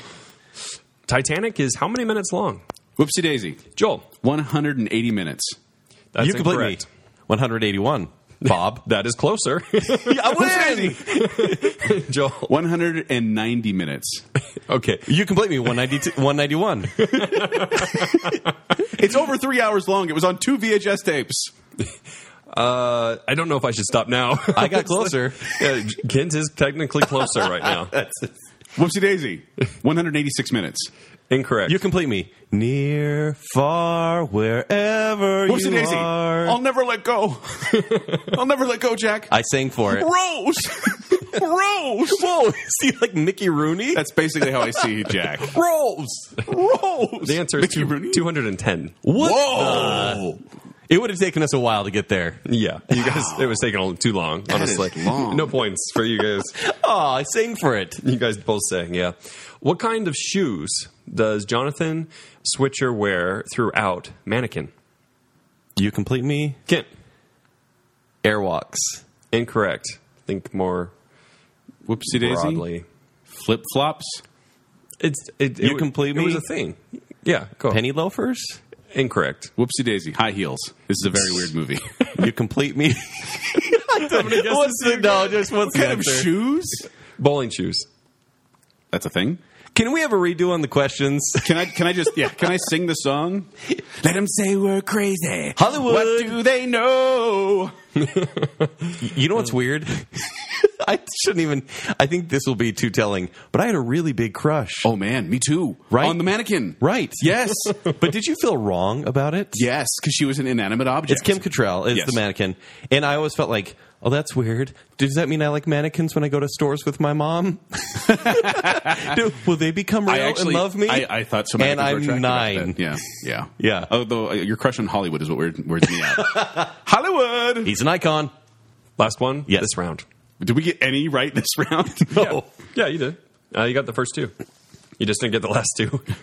Speaker 1: Titanic is how many minutes long,
Speaker 2: Whoopsie daisy.
Speaker 1: Joel?
Speaker 2: 180 minutes.
Speaker 1: That's
Speaker 3: you complete me.
Speaker 1: incorrect.
Speaker 3: One hundred eighty-one. *laughs* Bob.
Speaker 1: That is closer, *laughs*
Speaker 3: I *laughs* win.
Speaker 1: Joel.
Speaker 2: 190 minutes.
Speaker 1: Okay,
Speaker 3: You complete me. One ninety-two. One ninety-one.
Speaker 2: It's over three hours long. It was on two VHS tapes.
Speaker 1: uh, I don't know if I should stop now.
Speaker 3: *laughs* I got closer.
Speaker 1: Uh, Kent is technically closer right now.
Speaker 3: *laughs*
Speaker 2: Whoopsie daisy. 186 minutes.
Speaker 1: Incorrect.
Speaker 3: You complete me. Near, far, wherever
Speaker 2: Whoopsie
Speaker 3: you
Speaker 2: daisy.
Speaker 3: are.
Speaker 2: I'll never let
Speaker 3: *laughs*
Speaker 2: go. I'll never let go, Jack.
Speaker 3: I sang for it.
Speaker 2: Rose. Rose.
Speaker 3: Whoa! *laughs* Is he like Mickey Rooney?
Speaker 2: That's basically how I see
Speaker 3: *laughs*
Speaker 2: Jack.
Speaker 3: Rose.
Speaker 2: Rose.
Speaker 1: the answer is
Speaker 2: Mickey
Speaker 1: two,
Speaker 2: Rooney?
Speaker 1: 210.
Speaker 3: What? Uh,
Speaker 2: Whoa.
Speaker 3: It would have taken us a while to get there.
Speaker 1: Yeah, you guys, it was taking all, too long.
Speaker 2: is
Speaker 1: honestly,
Speaker 2: long.
Speaker 1: no points for you guys.
Speaker 3: Oh, I sang for it.
Speaker 1: you guys both saying, yeah. What kind of shoes does Jonathan Switcher wear throughout Mannequin?
Speaker 3: You complete me.
Speaker 1: Kent,
Speaker 3: Airwalks.
Speaker 1: incorrect. Think more
Speaker 2: Whoopsie daisy.
Speaker 1: broadly.
Speaker 2: Flip flops.
Speaker 1: It's it, it
Speaker 3: You
Speaker 1: wa-
Speaker 3: complete
Speaker 1: It was
Speaker 3: me?
Speaker 1: a thing. Yeah, go.
Speaker 3: Penny loafers.
Speaker 1: Incorrect.
Speaker 2: Whoopsie daisy. High heels. This is a very weird
Speaker 3: *laughs*
Speaker 2: movie.
Speaker 3: You complete *laughs* me. what's the, no, just what's the answer?
Speaker 2: shoes?
Speaker 1: Bowling shoes.
Speaker 2: That's a thing.
Speaker 3: Can we have a redo on the questions?
Speaker 2: Can I? Can I just? Yeah. Can I sing the
Speaker 3: *laughs*
Speaker 2: song? Let them say we're crazy.
Speaker 3: Hollywood.
Speaker 2: What do they know?
Speaker 3: You know what's weird? *laughs* I shouldn't even. I think this will be too telling. But I had a really big crush.
Speaker 2: Oh man, me too.
Speaker 3: Right?
Speaker 2: on the mannequin.
Speaker 3: Right. *laughs*
Speaker 2: Yes.
Speaker 3: But did you feel wrong about it?
Speaker 2: yes, because she was an inanimate object.
Speaker 3: It's Kim Cattrall. It's
Speaker 2: Yes.
Speaker 3: the mannequin. And I always felt like, oh, that's weird. Does that mean I like mannequins when I go to stores with
Speaker 2: *laughs*
Speaker 3: my mom? Do, will they become real
Speaker 2: I actually
Speaker 3: and love me?
Speaker 2: I, I thought so.
Speaker 3: And
Speaker 2: mannequins were
Speaker 3: I'm
Speaker 2: attracted
Speaker 3: nine.
Speaker 2: back then. Yeah, yeah,
Speaker 3: *laughs* Yeah.
Speaker 2: Although uh, your crush on Hollywood is what weird, weirds me
Speaker 3: *laughs*
Speaker 2: out. Hollywood.
Speaker 3: He's an icon.
Speaker 1: Last one.
Speaker 3: Yes.
Speaker 1: This round.
Speaker 2: Did we get any right this round?
Speaker 1: *laughs*
Speaker 2: *laughs*
Speaker 3: No.
Speaker 1: Yeah, you did. Uh, you got the first two. You just didn't get the last two. *laughs*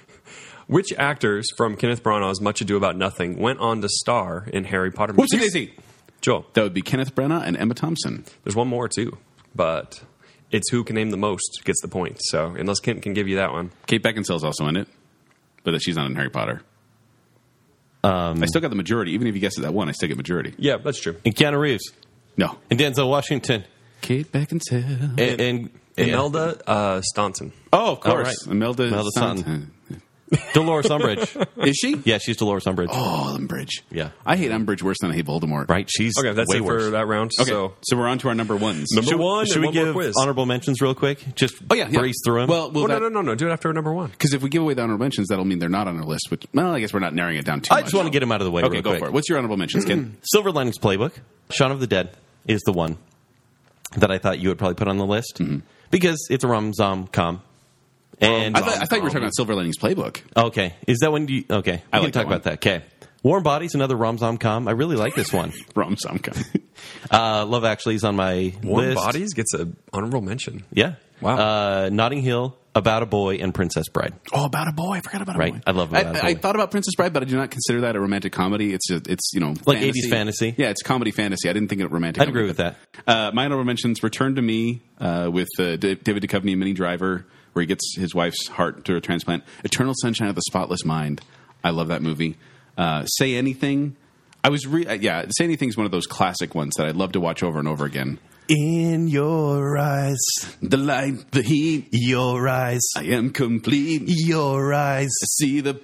Speaker 1: Which actors from Kenneth Branagh's Much Ado About Nothing went on to star in Harry Potter?
Speaker 2: Whoopsie
Speaker 1: movies?
Speaker 2: daisy.
Speaker 1: Joel,
Speaker 2: That would be Kenneth Branagh and Emma Thompson.
Speaker 1: There's one more too, but it's who can name the most gets the point. So unless Kent can give you that one,
Speaker 2: Kate Beckinsale's also in it, but she's not in Harry Potter. Um, I still got the majority. Even if you guess at that one, I still get majority.
Speaker 1: yeah, that's true.
Speaker 3: And Keanu Reeves.
Speaker 2: No,
Speaker 3: And Denzel Washington.
Speaker 2: Kate Beckinsale.
Speaker 3: And, and,
Speaker 1: Imelda uh, Staunton.
Speaker 2: Oh, of
Speaker 3: All
Speaker 2: course,
Speaker 3: right.
Speaker 2: Imelda,
Speaker 3: Imelda
Speaker 2: Staunton.
Speaker 3: Dolores
Speaker 2: *laughs*
Speaker 3: Umbridge.
Speaker 2: Is she?
Speaker 3: yeah, she's Dolores Umbridge.
Speaker 2: Oh, Umbridge.
Speaker 3: Yeah.
Speaker 2: I hate Umbridge worse than I hate Voldemort.
Speaker 3: Right? She's
Speaker 1: Okay, that's
Speaker 3: way
Speaker 1: it for
Speaker 3: worse.
Speaker 1: that round.
Speaker 2: Okay. So,
Speaker 1: So
Speaker 2: we're on to our number ones.
Speaker 1: Number
Speaker 2: Should-
Speaker 1: one.
Speaker 3: Should we
Speaker 1: more
Speaker 3: give
Speaker 1: quiz.
Speaker 3: honorable mentions real quick? Just
Speaker 2: Oh yeah, yeah.
Speaker 3: breeze through them.
Speaker 2: Well,
Speaker 1: oh, no, no, no, no. Do it after number one.
Speaker 2: Because if we give away the honorable mentions, that'll mean they're not on our list. Which, well, I guess we're not narrowing it down too
Speaker 3: I
Speaker 2: much.
Speaker 3: just want to get them out of the way.
Speaker 2: Okay,
Speaker 3: real
Speaker 2: go
Speaker 3: quick.
Speaker 2: for it. What's your honorable mentions,
Speaker 3: *clears throat*
Speaker 2: Ken?
Speaker 3: Silver Linings Playbook, Shaun of the Dead is the one that I thought you would probably put on the list because it's a rom zom com. And
Speaker 2: I, thought, I thought you were talking about Silver Linings Playbook.
Speaker 3: okay, is that one? You, okay, we
Speaker 2: I
Speaker 3: can
Speaker 2: like
Speaker 3: talk
Speaker 2: that one.
Speaker 3: about that. Okay, Warm Bodies, another rom zom com. I really like this one.
Speaker 2: Rom Samka. *laughs*
Speaker 3: uh, Love Actually is on my
Speaker 1: Warm
Speaker 3: list.
Speaker 1: Bodies gets an honorable mention.
Speaker 3: yeah.
Speaker 1: Wow.
Speaker 3: Uh, Notting Hill, About a Boy, and Princess Bride.
Speaker 2: Oh, about a boy. I forgot about a
Speaker 3: Right.
Speaker 2: boy.
Speaker 3: I love About a
Speaker 2: I, I
Speaker 3: Boy.
Speaker 2: thought about Princess Bride, but I do not consider that a romantic comedy. It's a, it's you know
Speaker 3: Like 80s fantasy.
Speaker 2: Yeah, it's comedy fantasy. I didn't think it romantic.
Speaker 3: I'd agree with that.
Speaker 2: Uh, my honorable mentions: Return to Me uh, with uh, D- David Duchovny and Minnie Driver, where he gets his wife's heart to a transplant. Eternal Sunshine of the Spotless Mind. I love that movie. Uh, Say Anything. I was re- uh, yeah. Say Anything is one of those classic ones that I love to watch over and over again.
Speaker 3: In your eyes,
Speaker 2: The light, the heat.
Speaker 3: your eyes,
Speaker 2: I am complete.
Speaker 3: your eyes.
Speaker 2: See the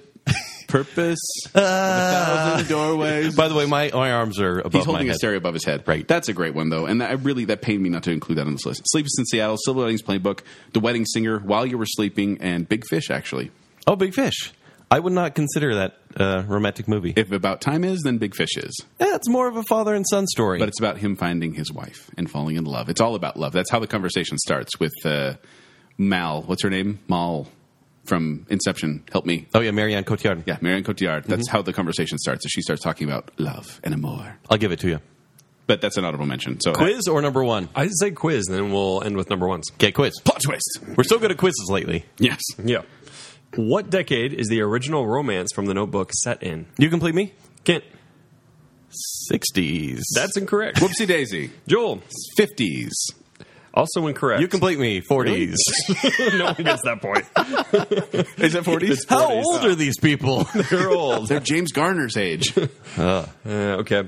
Speaker 2: purpose. of a thousand doorways.
Speaker 3: By the way, my, my arms are above
Speaker 2: He's
Speaker 3: Uh, my
Speaker 2: holding
Speaker 3: head.
Speaker 2: a stereo above his head.
Speaker 3: Right.
Speaker 2: That's a great one though, and that, I really that pained me not to include that on this list. Sleepless in Seattle, Silver Weddings Playbook, The Wedding Singer, While You Were Sleeping, and Big Fish. Actually,
Speaker 3: Oh, Big Fish. I would not consider that a romantic movie.
Speaker 2: if About Time is, then Big Fish is.
Speaker 3: Yeah, it's more of a father and son story.
Speaker 2: But it's about him finding his wife and falling in love. It's all about love. That's how the conversation starts with uh, Mal. What's her name? Mal from Inception. Help me.
Speaker 3: oh yeah, Marianne Cotillard.
Speaker 2: Yeah, Marion Cotillard. That's
Speaker 3: Mm-hmm.
Speaker 2: how the conversation starts. As she starts talking about love and amour.
Speaker 3: I'll give it to you.
Speaker 2: But that's an audible mention. So
Speaker 3: Quiz or number one?
Speaker 1: I say quiz, and then we'll end with number ones.
Speaker 3: Okay, quiz.
Speaker 2: plot twist.
Speaker 3: We're so good at quizzes lately.
Speaker 2: Yes.
Speaker 1: Yeah. What decade is the original romance from The Notebook set in?
Speaker 3: You complete me?
Speaker 1: Kent,
Speaker 3: 60s.
Speaker 1: that's incorrect.
Speaker 2: Whoopsie daisy.
Speaker 1: Joel,
Speaker 2: Fifties.
Speaker 1: also incorrect.
Speaker 3: you complete me. 40s.
Speaker 2: *laughs*
Speaker 1: no one gets that point.
Speaker 2: Is it forties?
Speaker 3: *laughs* How old are these people? *laughs*
Speaker 1: They're old.
Speaker 2: They're James Garner's age.
Speaker 1: *laughs* Uh, okay.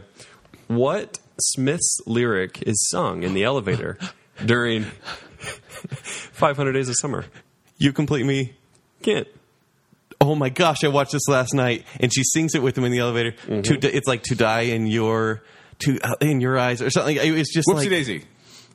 Speaker 1: What Smith's lyric is sung in the elevator during 500 Days of Summer?
Speaker 3: you complete me.
Speaker 1: Kent.
Speaker 3: Oh my gosh, I watched this last night, and she sings it with him in the elevator.
Speaker 2: Mm-hmm.
Speaker 3: To di- it's like to die in your to uh, in your eyes or something. It was just
Speaker 2: Whoopsie
Speaker 3: like,
Speaker 2: Daisy.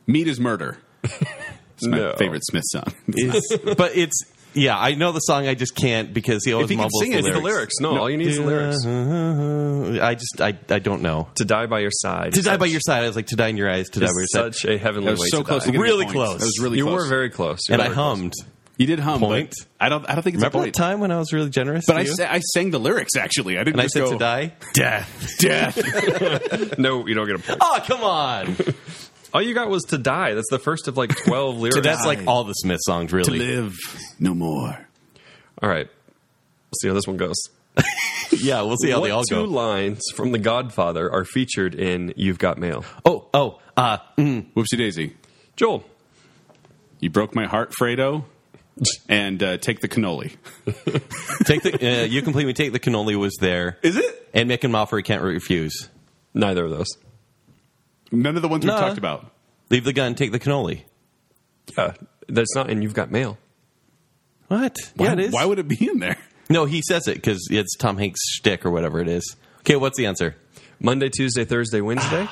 Speaker 2: Meat is murder. It's my
Speaker 1: No.
Speaker 2: favorite Smith song.
Speaker 3: it's- but it's yeah. I know the song, I just can't because he always
Speaker 2: he can
Speaker 3: mumbles
Speaker 2: sing it, it's
Speaker 3: the
Speaker 1: The
Speaker 3: lyrics.
Speaker 1: lyrics. No, all you need is the lyrics.
Speaker 3: I just I I don't know.
Speaker 1: To die by your side.
Speaker 3: To die by your side, I was like to die in your eyes, to die by your
Speaker 1: is
Speaker 3: side,
Speaker 1: such a heavenly
Speaker 2: That
Speaker 1: way
Speaker 2: was so
Speaker 1: to
Speaker 2: close.
Speaker 1: die.
Speaker 2: to getting
Speaker 3: Really
Speaker 2: the
Speaker 3: close.
Speaker 2: That was really
Speaker 1: you
Speaker 2: close.
Speaker 1: were very close. You
Speaker 3: and
Speaker 1: were
Speaker 3: I
Speaker 1: very close.
Speaker 3: hummed.
Speaker 2: You did hum. but
Speaker 3: Point.
Speaker 2: I don't. I don't think it's
Speaker 3: Remember
Speaker 2: a
Speaker 3: that
Speaker 2: point.
Speaker 3: time when I was really generous?
Speaker 2: But
Speaker 3: to
Speaker 2: I,
Speaker 3: you?
Speaker 2: sa- I sang the lyrics actually. I didn't
Speaker 3: and I
Speaker 2: just
Speaker 3: said
Speaker 2: go
Speaker 3: to die.
Speaker 2: *laughs* death, death.
Speaker 1: No, you don't get a point.
Speaker 3: Oh
Speaker 2: *laughs*
Speaker 3: come on!
Speaker 1: All you got was to die. That's the first of like 12 lyrics.
Speaker 3: That's like all the Smith songs,
Speaker 2: to
Speaker 3: really.
Speaker 2: live no more.
Speaker 1: All right. Let's see how this one goes.
Speaker 3: Yeah, we'll see how
Speaker 1: what
Speaker 3: they all
Speaker 1: two
Speaker 3: go.
Speaker 1: lines from The Godfather are featured in You've Got Mail?
Speaker 3: oh, oh, uh,
Speaker 2: Whoopsie Daisy.
Speaker 1: Joel.
Speaker 2: You broke my heart, Fredo. And uh, take the cannoli.
Speaker 3: take the uh, you completely take the cannoli was there,
Speaker 2: Is it?
Speaker 3: and Mick and Moffery can't refuse.
Speaker 1: Neither of those.
Speaker 2: None of the ones we
Speaker 3: No.
Speaker 2: we talked about.
Speaker 3: Leave the gun, take the cannoli.
Speaker 1: Yeah. That's not in You've Got Mail.
Speaker 3: What?
Speaker 2: Why,
Speaker 3: yeah, it is.
Speaker 2: why would it be in there?
Speaker 3: no, he says it because it's Tom Hanks' shtick or whatever it is. Okay, what's the answer?
Speaker 1: Monday, Tuesday, Thursday,
Speaker 3: *sighs*
Speaker 1: Wednesday,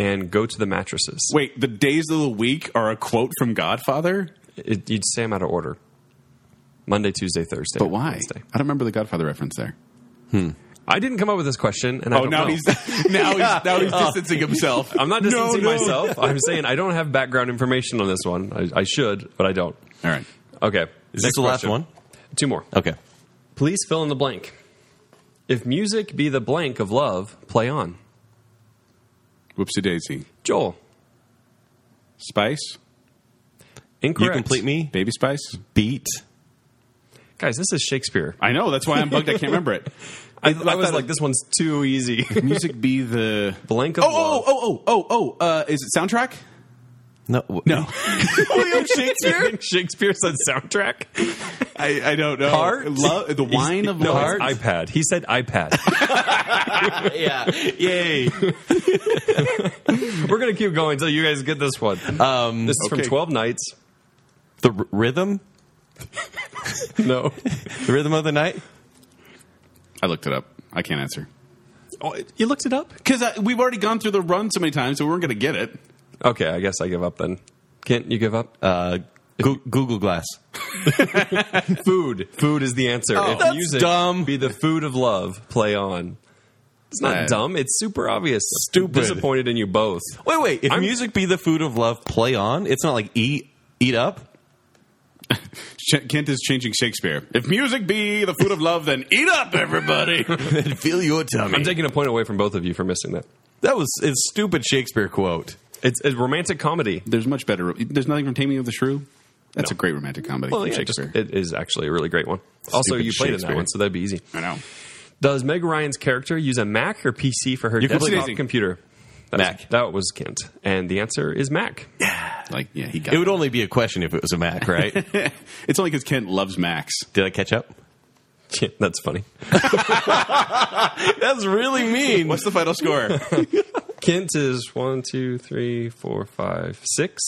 Speaker 1: and go to the mattresses.
Speaker 2: Wait, the days of the week are a quote from Godfather.
Speaker 1: It, you'd say I'm out of order. Monday, Tuesday, Thursday.
Speaker 2: But why?
Speaker 1: Wednesday.
Speaker 2: I don't remember the Godfather reference there.
Speaker 1: I didn't come up with this question, and I
Speaker 2: Oh,
Speaker 1: don't
Speaker 2: now
Speaker 1: know.
Speaker 2: he's *laughs* now
Speaker 3: *laughs*
Speaker 2: he's now he's
Speaker 3: Oh.
Speaker 2: distancing himself.
Speaker 1: I'm not distancing
Speaker 2: No, no.
Speaker 1: myself. I'm saying I don't have background information on this one. I, I should, but I don't.
Speaker 2: All right.
Speaker 1: Okay.
Speaker 3: Is this the last one?
Speaker 1: Two more.
Speaker 3: Okay.
Speaker 1: Please fill in the blank. If music be the blank of love, play on.
Speaker 2: Whoopsie daisy.
Speaker 1: Joel.
Speaker 2: Spice,
Speaker 1: Incorrect.
Speaker 3: You complete me.
Speaker 2: baby spice.
Speaker 3: Beat.
Speaker 1: Guys, this is Shakespeare.
Speaker 2: I know that's why I'm bugged. I can't remember it.
Speaker 1: I, I was
Speaker 2: thought
Speaker 1: like,
Speaker 2: it-
Speaker 1: this one's too easy.
Speaker 2: *laughs* Music be the.
Speaker 1: blank of
Speaker 2: Oh oh
Speaker 1: love.
Speaker 2: oh oh oh oh. Uh, is it soundtrack?
Speaker 1: *laughs*
Speaker 3: No. w- *laughs*
Speaker 2: *laughs* William Oh, Shakespeare.
Speaker 1: Shakespeare said soundtrack.
Speaker 2: I, I don't know.
Speaker 3: Heart?
Speaker 2: Lo- the wine of
Speaker 1: no,
Speaker 2: love.
Speaker 1: it's iPad. He said iPad.
Speaker 3: yeah. Yay.
Speaker 1: We're gonna keep going until you guys get this one.
Speaker 3: Um,
Speaker 1: this is from
Speaker 2: okay.
Speaker 1: Twelve Nights.
Speaker 3: the r- rhythm.
Speaker 1: No,
Speaker 3: The rhythm of the night.
Speaker 2: I looked it up. I can't answer
Speaker 1: oh, you looked it up.
Speaker 2: because uh, we've already gone through the run so many times, so we weren't going to get it.
Speaker 1: Okay, I guess I give up then. Can't you give up?
Speaker 3: Uh, Goo- Google Glass.
Speaker 1: food. Food is the answer. if
Speaker 3: that's
Speaker 1: music
Speaker 3: dumb.
Speaker 1: be the food of love, play on. It's not
Speaker 2: Right.
Speaker 1: dumb. It's super obvious.
Speaker 3: Stupid.
Speaker 1: Disappointed in you both.
Speaker 3: Wait, wait. If
Speaker 1: I'm-
Speaker 3: music be the food of love, play on. It's not like eat, eat up. *laughs*
Speaker 2: Ch- Kent is changing Shakespeare. If music be the food of love, then eat up, *laughs* everybody.
Speaker 3: Feel your tummy.
Speaker 1: I'm taking a point away from both of you for missing that.
Speaker 3: that was a stupid Shakespeare quote.
Speaker 1: It's a romantic comedy.
Speaker 2: There's much better. There's nothing from Taming of the Shrew. That's a great romantic comedy
Speaker 1: Well,
Speaker 2: from
Speaker 1: yeah, just,
Speaker 2: Shakespeare.
Speaker 1: it is actually a really great one. Also, you played in that
Speaker 2: Shakespeare.
Speaker 1: one, so that'd be easy.
Speaker 2: I know.
Speaker 1: Does Meg Ryan's character use a Mac or PC for her
Speaker 3: You're
Speaker 1: desktop
Speaker 2: completely-
Speaker 1: computer? That was-
Speaker 3: Mac.
Speaker 1: that was Kent, and the answer is *laughs* Mac.
Speaker 2: Like, yeah, he got
Speaker 3: It would only be a question if it was a Mac,
Speaker 1: *laughs*
Speaker 3: right? Did
Speaker 2: *laughs* It's only because Kent loves Max.
Speaker 3: I catch up?
Speaker 1: That's funny.
Speaker 3: That's really mean.
Speaker 2: What's the final score?
Speaker 1: Kent is one, two, three, four, five, six.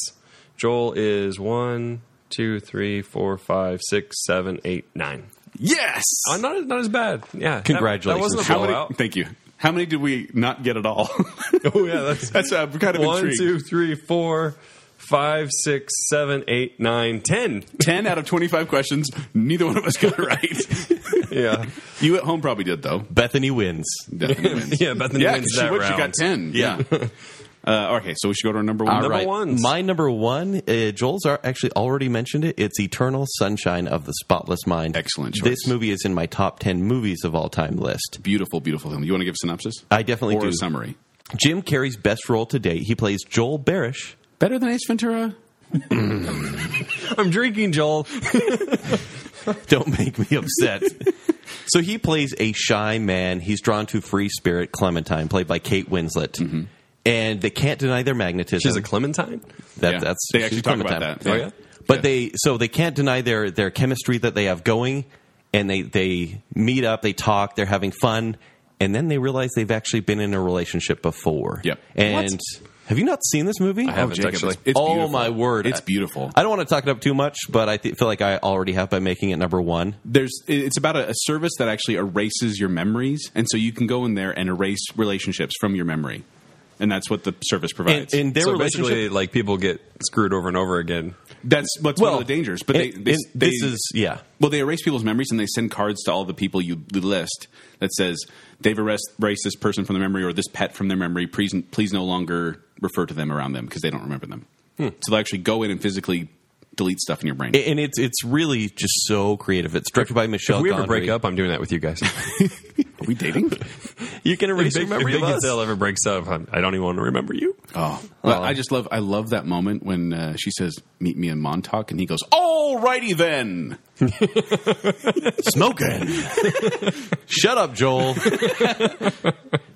Speaker 1: Joel is one, two, three, four, five, six, seven, eight, nine.
Speaker 2: *laughs* yes.
Speaker 1: Uh, not not as bad. Yeah. that-
Speaker 3: Congratulations.
Speaker 1: That,
Speaker 2: How
Speaker 1: wasn't a
Speaker 2: many,
Speaker 1: blowout.
Speaker 2: thank you. How many did we not get at all?
Speaker 1: *laughs*
Speaker 2: *laughs*
Speaker 1: oh yeah, that's
Speaker 2: That's uh, kind of
Speaker 1: one,
Speaker 2: intrigued.
Speaker 1: two, three, four, five, six, seven, eight, nine, ten.
Speaker 2: 10 out of 25 questions, neither one of us got it *laughs* right.
Speaker 1: *laughs* Yeah.
Speaker 2: you at home probably did, though.
Speaker 3: Bethany wins.
Speaker 2: Definitely *laughs* wins.
Speaker 1: Yeah, Bethany
Speaker 2: yeah,
Speaker 1: wins
Speaker 2: 'cause
Speaker 1: that
Speaker 2: she, would- she
Speaker 1: round.
Speaker 2: got 10. Yeah. *laughs* uh, okay, so we should go to our number one.
Speaker 3: All
Speaker 1: Number
Speaker 3: right.
Speaker 1: ones.
Speaker 3: My number one, uh, Joel's are actually already mentioned it. It's Eternal Sunshine of the Spotless Mind.
Speaker 2: Excellent choice.
Speaker 3: This movie is in my top 10 movies of all time list.
Speaker 2: Beautiful, beautiful film. You want to give a synopsis?
Speaker 3: I definitely
Speaker 2: or
Speaker 3: do.
Speaker 2: a summary.
Speaker 3: Jim Carrey's best role to date. He plays Joel Barish.
Speaker 2: Better than Ace Ventura?
Speaker 1: I'm drinking, Joel.
Speaker 3: Don't make
Speaker 2: *laughs*
Speaker 3: me upset. so he plays a shy man. He's drawn to free spirit Clementine, played by Kate Winslet.
Speaker 2: Mm-hmm.
Speaker 3: And they can't deny their magnetism.
Speaker 1: She's a Clementine.
Speaker 3: That,
Speaker 2: Yeah.
Speaker 3: That's
Speaker 2: They
Speaker 3: she's
Speaker 2: actually talk about
Speaker 3: Clementine.
Speaker 2: that.
Speaker 1: Oh, yeah?
Speaker 3: But
Speaker 2: Yeah.
Speaker 3: they so they can't deny their their chemistry that they have going, and they they meet up, they talk, they're having fun, and then they realize they've actually been in a relationship before.
Speaker 2: Yep.
Speaker 3: And
Speaker 1: What?
Speaker 3: have you not seen this movie?
Speaker 1: I haven't
Speaker 2: Jacob,
Speaker 1: actually.
Speaker 2: it's- it's
Speaker 3: oh
Speaker 2: beautiful.
Speaker 3: my word!
Speaker 2: It's beautiful.
Speaker 3: I don't want to talk it up too much, but I th- feel like I already have by making it number one.
Speaker 2: there's it's about a, a service that actually erases your memories and so you can go in there and erase relationships from your memory and that's what the service provides
Speaker 3: And- and their
Speaker 1: so
Speaker 3: relationship-
Speaker 1: basically, like people get screwed over and over again.
Speaker 2: that's what's one of the dangers but they,
Speaker 3: and-
Speaker 2: they,
Speaker 3: and
Speaker 2: they-
Speaker 3: this is yeah.
Speaker 2: well they erase people's memories and they send cards to all the people you list that says they've erased, erased this person from their memory or this pet from their memory please, please no longer refer to them around them because they don't remember them so they'll actually go in and physically delete stuff in your brain
Speaker 3: And it's it's really just so creative. It's directed by Michelle.
Speaker 1: If we ever
Speaker 3: Gondry.
Speaker 1: break up, I'm doing that with you *laughs* guys.
Speaker 2: are we dating
Speaker 1: you can erase
Speaker 3: your
Speaker 1: if
Speaker 3: memory
Speaker 1: Big
Speaker 3: of
Speaker 1: and
Speaker 3: us.
Speaker 1: Sale ever breaks up. I'm, I don't even want to remember you.
Speaker 2: *laughs* Oh, Well, I just love I love that moment when uh, she says, "Meet me in Montauk," and he goes, "All righty then."
Speaker 3: smoking. Shut up, Joel.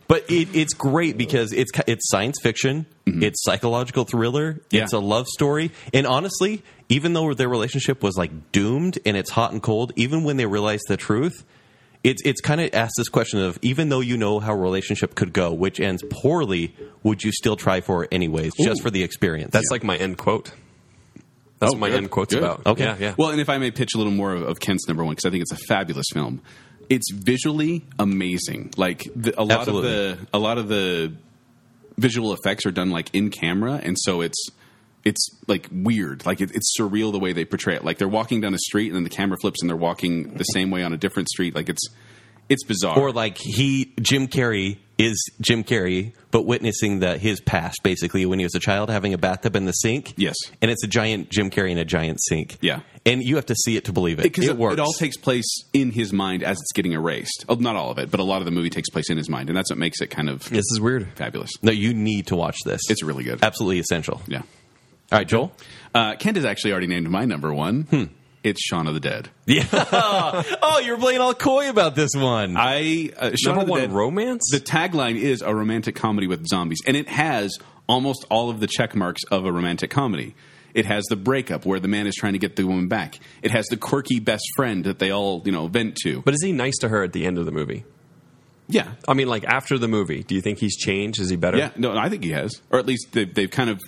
Speaker 3: but it, it's great because it's ki- it's science fiction, it's psychological thriller,
Speaker 2: Yeah.
Speaker 3: it's a love story, and honestly, even though their relationship was like doomed and it's hot and cold, even when they realize the truth. It's, it's kind of asked this question of even though you know how a relationship could go, which ends poorly, would you still try for it anyways, just
Speaker 2: Ooh.
Speaker 3: for the experience?
Speaker 1: That's like my end quote. That's
Speaker 2: Oh,
Speaker 1: what my
Speaker 2: good,
Speaker 1: end quote's
Speaker 2: good.
Speaker 1: about.
Speaker 3: Okay.
Speaker 1: Yeah, yeah.
Speaker 2: Well, and if I may pitch a little more of, of Kent's number one because I think it's a fabulous film. It's visually amazing. Like the, a lot
Speaker 3: Absolutely.
Speaker 2: of the a lot of the visual effects are done like in camera, and so it's it's like weird. Like it, it's surreal the way they portray it. Like they're walking down a street, and then the camera flips, and they're walking the same way on a different street. Like it's it's bizarre.
Speaker 3: or like he Jim Carrey is Jim Carrey, but witnessing the his past basically when he was a child having a bathtub in the sink.
Speaker 2: Yes.
Speaker 3: and it's a giant Jim Carrey in a giant sink.
Speaker 2: Yeah.
Speaker 3: and you have to see it to believe it.
Speaker 2: because
Speaker 3: It, works.
Speaker 2: It all takes place in his mind as it's getting erased. Oh, not all of it, but a lot of the movie takes place in his mind, and that's what makes it kind of
Speaker 1: this is weird.
Speaker 2: fabulous.
Speaker 3: no, you need to watch this.
Speaker 2: It's really good.
Speaker 3: absolutely essential.
Speaker 2: Yeah.
Speaker 3: All right, Joel.
Speaker 2: Uh, Kent has actually already named my number one. It's Shaun of the Dead.
Speaker 3: Yeah. *laughs* oh, you're playing all coy about this one.
Speaker 2: I uh, Shaun
Speaker 1: Number
Speaker 2: of the
Speaker 1: one,
Speaker 2: Dead-
Speaker 1: romance.
Speaker 2: The tagline is a romantic comedy with zombies, and it has almost all of the check marks of a romantic comedy. It has the breakup where the man is trying to get the woman back. It has the quirky best friend that they all you know vent to. But
Speaker 1: but is he nice to her at the end of the movie?
Speaker 2: yeah,
Speaker 1: I mean, like after the movie, do you think he's changed? Is he better?
Speaker 2: Yeah, no, I think he has, or at least they've, they've kind of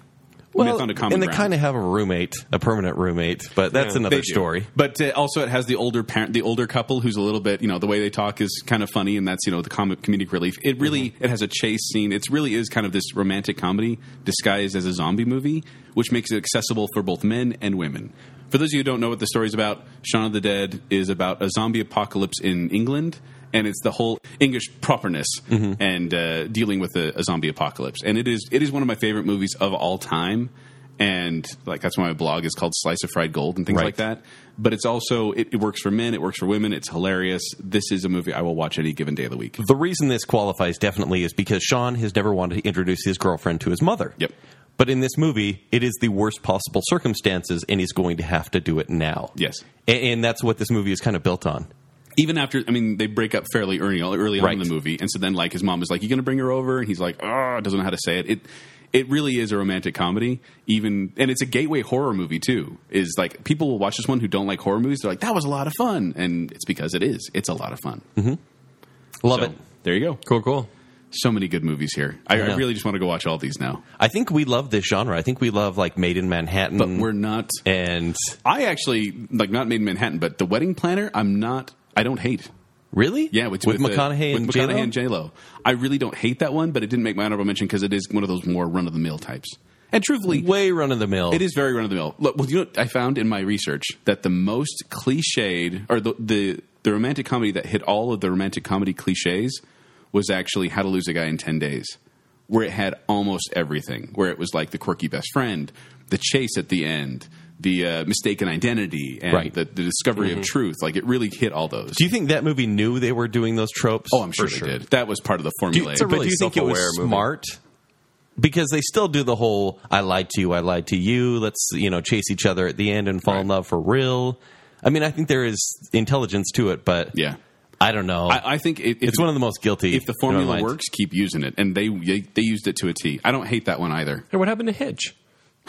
Speaker 3: well,
Speaker 2: myth onto common
Speaker 3: and they
Speaker 2: ground.
Speaker 3: kind of have a roommate, a permanent roommate, but that's
Speaker 1: Yeah,
Speaker 2: They
Speaker 3: another
Speaker 2: do.
Speaker 3: story.
Speaker 2: But uh, also, it has the older parent, the older couple, who's a little bit, you know, the way they talk is kind of funny, and that's you know the comic comedic relief. It really
Speaker 3: Mm-hmm.
Speaker 2: it has a chase scene. It really is kind of this romantic comedy disguised as a zombie movie, which makes it accessible for both men and women. For those of you who don't know what the story is about, Shaun of the Dead is about a zombie apocalypse in England. And it's the whole English properness
Speaker 3: Mm-hmm.
Speaker 2: and uh, dealing with a, a zombie apocalypse, and it is it is one of my favorite movies of all time and like that's why my blog is called slice of fried gold and things
Speaker 3: Right.
Speaker 2: like that but it's also it, it works for men it works for women it's hilarious this is a movie i will watch any given day of the week
Speaker 3: The reason this qualifies definitely is because Sean has never wanted to introduce his girlfriend to his mother.
Speaker 2: Yep.
Speaker 3: But in this movie, it is the worst possible circumstances, and he's going to have to do it now.
Speaker 2: Yes.
Speaker 3: A- And, that's what this movie is kind of built on.
Speaker 2: Even after, I mean, they break up fairly early, early on in
Speaker 3: Right.
Speaker 2: the movie, and so then like his mom is like, "You gonna bring her over?" And he's like, "Oh, doesn't know how to say it." It it really is a romantic comedy, even, and it's a gateway horror movie too. Is like people will watch this one who don't like horror movies. They're like, "That was a lot of fun," and it's because it is. It's a lot of fun.
Speaker 3: Love
Speaker 2: So,
Speaker 3: it.
Speaker 2: There you go.
Speaker 1: Cool, cool.
Speaker 2: So many good movies here. I,
Speaker 3: I
Speaker 2: I,
Speaker 3: know.
Speaker 2: really just want to go watch all these now,
Speaker 3: I think we love this genre. I think we love like Made in Manhattan.
Speaker 2: but we're not.
Speaker 3: and
Speaker 2: I actually like not made in Manhattan, but the Wedding Planner. I'm not. I don't hate.
Speaker 3: really,
Speaker 2: Yeah, with,
Speaker 3: with,
Speaker 2: with, uh,
Speaker 3: McConaughey
Speaker 2: with
Speaker 3: and
Speaker 2: McConaughey
Speaker 3: J-Lo?
Speaker 2: and J-Lo. I really don't hate that one, but it didn't make my honorable mention because it is one of those more run of the mill types. And truthfully,
Speaker 3: way run of the mill.
Speaker 2: it is very run of the mill. Look, well, you know, what I found in my research that the most cliched or the, the the romantic comedy that hit all of the romantic comedy cliches was actually How to Lose a Guy in Ten Days, where it had almost everything. Where it was like the quirky best friend, the chase at the end, the uh, mistaken identity, and
Speaker 3: Right.
Speaker 2: the, the discovery of truth. Like it really hit all those.
Speaker 3: Do you think that movie knew they were doing those tropes?
Speaker 2: Oh, I'm sure
Speaker 3: For
Speaker 2: they did. That was part of the
Speaker 3: Do
Speaker 2: formula.
Speaker 3: you, but do
Speaker 1: really
Speaker 3: you think it
Speaker 1: self-aware
Speaker 3: was
Speaker 1: movie.
Speaker 3: smart? Because they still do the whole "I lied to you, I lied to you." Let's you know chase each other at the end and fall in love for real. I mean, I think there is intelligence to it, but
Speaker 2: yeah,
Speaker 3: I don't know.
Speaker 2: I, I think it,
Speaker 3: it's one of the most guilty.
Speaker 2: if the
Speaker 3: in my
Speaker 2: formula
Speaker 3: mind.
Speaker 2: works, keep using it, and they, they they used it to a T. I don't hate that one either.
Speaker 1: Hey, what happened to Hitch?
Speaker 3: *laughs*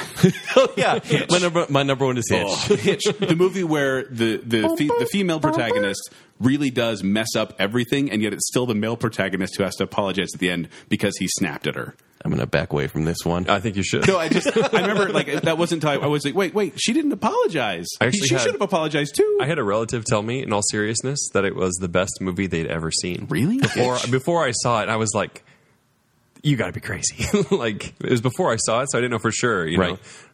Speaker 3: oh
Speaker 2: *laughs*
Speaker 3: yeah, my number my number one is Hitch.
Speaker 2: Hitch, Oh, the movie where the the fe- the female protagonist really does mess up everything, and yet it's still the male protagonist who has to apologize at the end because he snapped at her.
Speaker 3: I'm gonna back away from this one.
Speaker 1: I think you *laughs* should.
Speaker 2: No, I just *laughs* I remember like that wasn't time. I was like, wait, wait, she didn't apologize.
Speaker 1: I actually
Speaker 2: she
Speaker 1: had-
Speaker 2: should have apologized too.
Speaker 1: I had a relative tell me, in all seriousness, that it was the best movie they'd ever seen.
Speaker 2: Really?
Speaker 1: Before
Speaker 2: Bitch.
Speaker 1: before I saw it, I was like, "You got to be crazy!" *laughs* like it was before I saw it, so I didn't know for sure. You
Speaker 3: Right.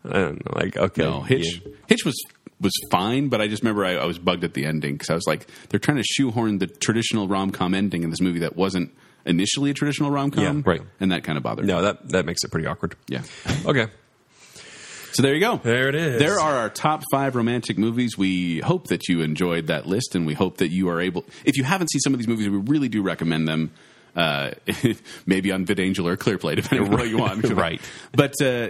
Speaker 1: know, I don't know, like okay,
Speaker 2: No, Hitch.
Speaker 1: yeah.
Speaker 2: Hitch was was fine, but I just remember I, I was bugged at the ending because I was like, they're trying to shoehorn the traditional rom com ending in this movie that wasn't initially a traditional rom com,
Speaker 1: Yeah,
Speaker 3: right.
Speaker 2: And that kind of bothered. me.
Speaker 1: No, that that makes it pretty awkward.
Speaker 2: Yeah.
Speaker 1: *laughs* Okay,
Speaker 2: So there you go.
Speaker 1: there it is.
Speaker 2: There are our top five romantic movies. We hope that you enjoyed that list, and we hope that you are able. If you haven't seen some of these movies, we really do recommend them. Uh, *laughs* maybe on VidAngel or ClearPlay, depending on *laughs* what you want.
Speaker 3: Right.
Speaker 2: But uh,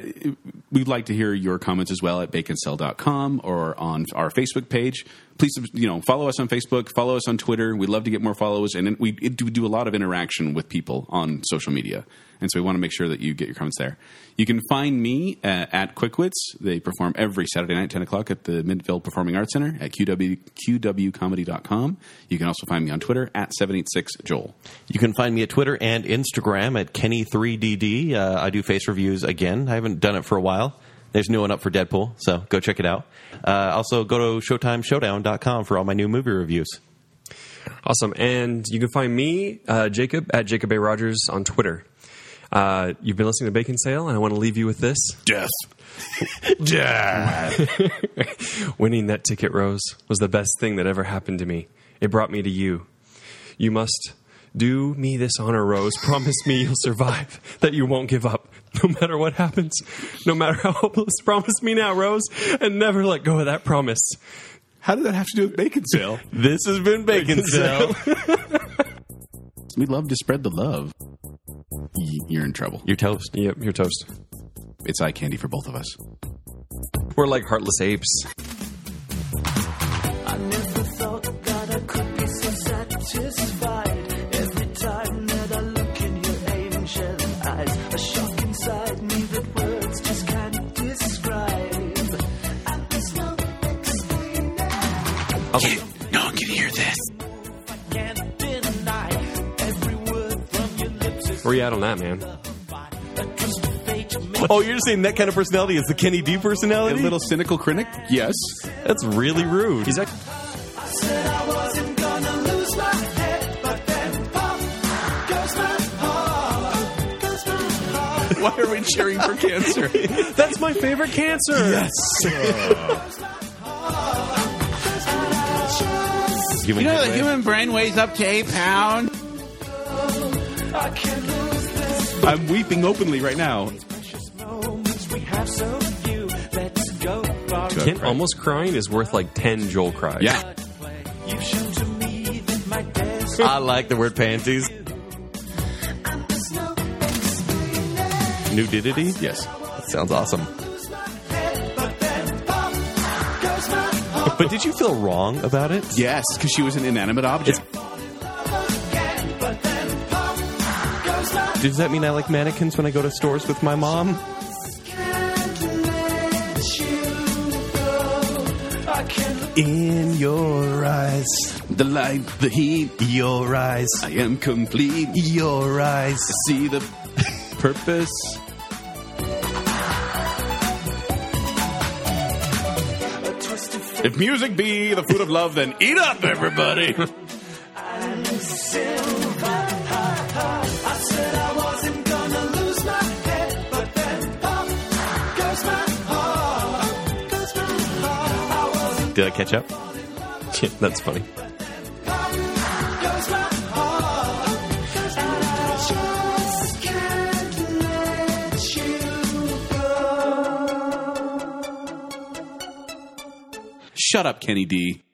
Speaker 2: we'd like to hear your comments as well at baconcell.com or on our Facebook page. Please, you know, follow us on Facebook, follow us on Twitter. We'd love to get more followers, and we do do a lot of interaction with people on social media, and so we want to make sure that you get your comments there. You can find me uh, at QuickWits. They perform every Saturday night, ten o'clock, at the Midville Performing Arts Center at QW, QWComedy.com. You can also find me on Twitter at seven eight six Joel.
Speaker 3: You can find me at Twitter and Instagram at Kenny3DD. Uh, I do face reviews again. I haven't done it for a while. There's a new one up for Deadpool, so go check it out. Uh, also, go to ShowtimeShowdown.com for all my new movie reviews.
Speaker 1: Awesome. And you can find me, uh, Jacob, at Jacob A. Rogers on Twitter. Uh, you've been listening to Bacon Sale, and I want to leave you with this.
Speaker 2: Death.
Speaker 1: Winning that ticket, Rose, was the best thing that ever happened to me. It brought me to you. You must do me this honor, Rose. *laughs* Promise me you'll survive, that you won't give up, no matter what happens, no matter how hopeless. Promise me now, Rose, and never let go of that promise.
Speaker 2: How did that have to do with bacon sale?
Speaker 3: This has been Bacon Cell.
Speaker 2: *laughs* we love to spread the love. Y- You're in trouble.
Speaker 3: You're toast.
Speaker 1: Yep, you're toast.
Speaker 2: It's eye candy for both of us.
Speaker 1: We're like heartless apes.
Speaker 4: I never thought that I could be so satisfied. Every time that I look in your angel eyes, a shock inside me that words just can't describe. I there's no explaining.
Speaker 2: No one can hear this.
Speaker 4: I can't deny every word from your lips is
Speaker 1: Where you at on that, man?
Speaker 4: a twist of fate.
Speaker 3: Oh, you're saying that kind of personality is the Kenny D
Speaker 2: A
Speaker 3: personality?
Speaker 2: little cynical critic? Yes.
Speaker 3: That's really rude.
Speaker 1: He's act-
Speaker 4: Said I wasn't gonna lose my head, but then pop goes my heart. Goes my heart.
Speaker 2: *laughs* Why are we cheering for *laughs* cancer?
Speaker 1: That's my favorite cancer.
Speaker 3: Giving it away.
Speaker 2: brain weighs up to eight pounds.
Speaker 4: I can't lose this.
Speaker 2: I'm weeping openly right now.
Speaker 4: Precious moments we have so few. Let's go far.
Speaker 1: Kent almost crying is worth like 10 Joel cries.
Speaker 2: Yeah.
Speaker 4: You've shown to me that my days
Speaker 3: I like the word panties.
Speaker 4: and there's no explaining.
Speaker 3: Nudity?
Speaker 2: Yes.
Speaker 3: Sounds awesome.
Speaker 4: awesome.
Speaker 3: But did you feel wrong about it?
Speaker 2: Yes, because she was an inanimate object.
Speaker 3: Does that mean I like mannequins when I go to stores with my mom? In your eyes,
Speaker 2: the light, the heat,
Speaker 3: your eyes,
Speaker 2: I am complete.
Speaker 3: your eyes.
Speaker 2: See the
Speaker 1: Purpose.
Speaker 2: if music be the food of love, then eat up,
Speaker 3: *laughs*
Speaker 2: everybody.
Speaker 3: Did I catch up?
Speaker 1: Yeah, *laughs* that's funny.
Speaker 2: Shut up, Kenny D.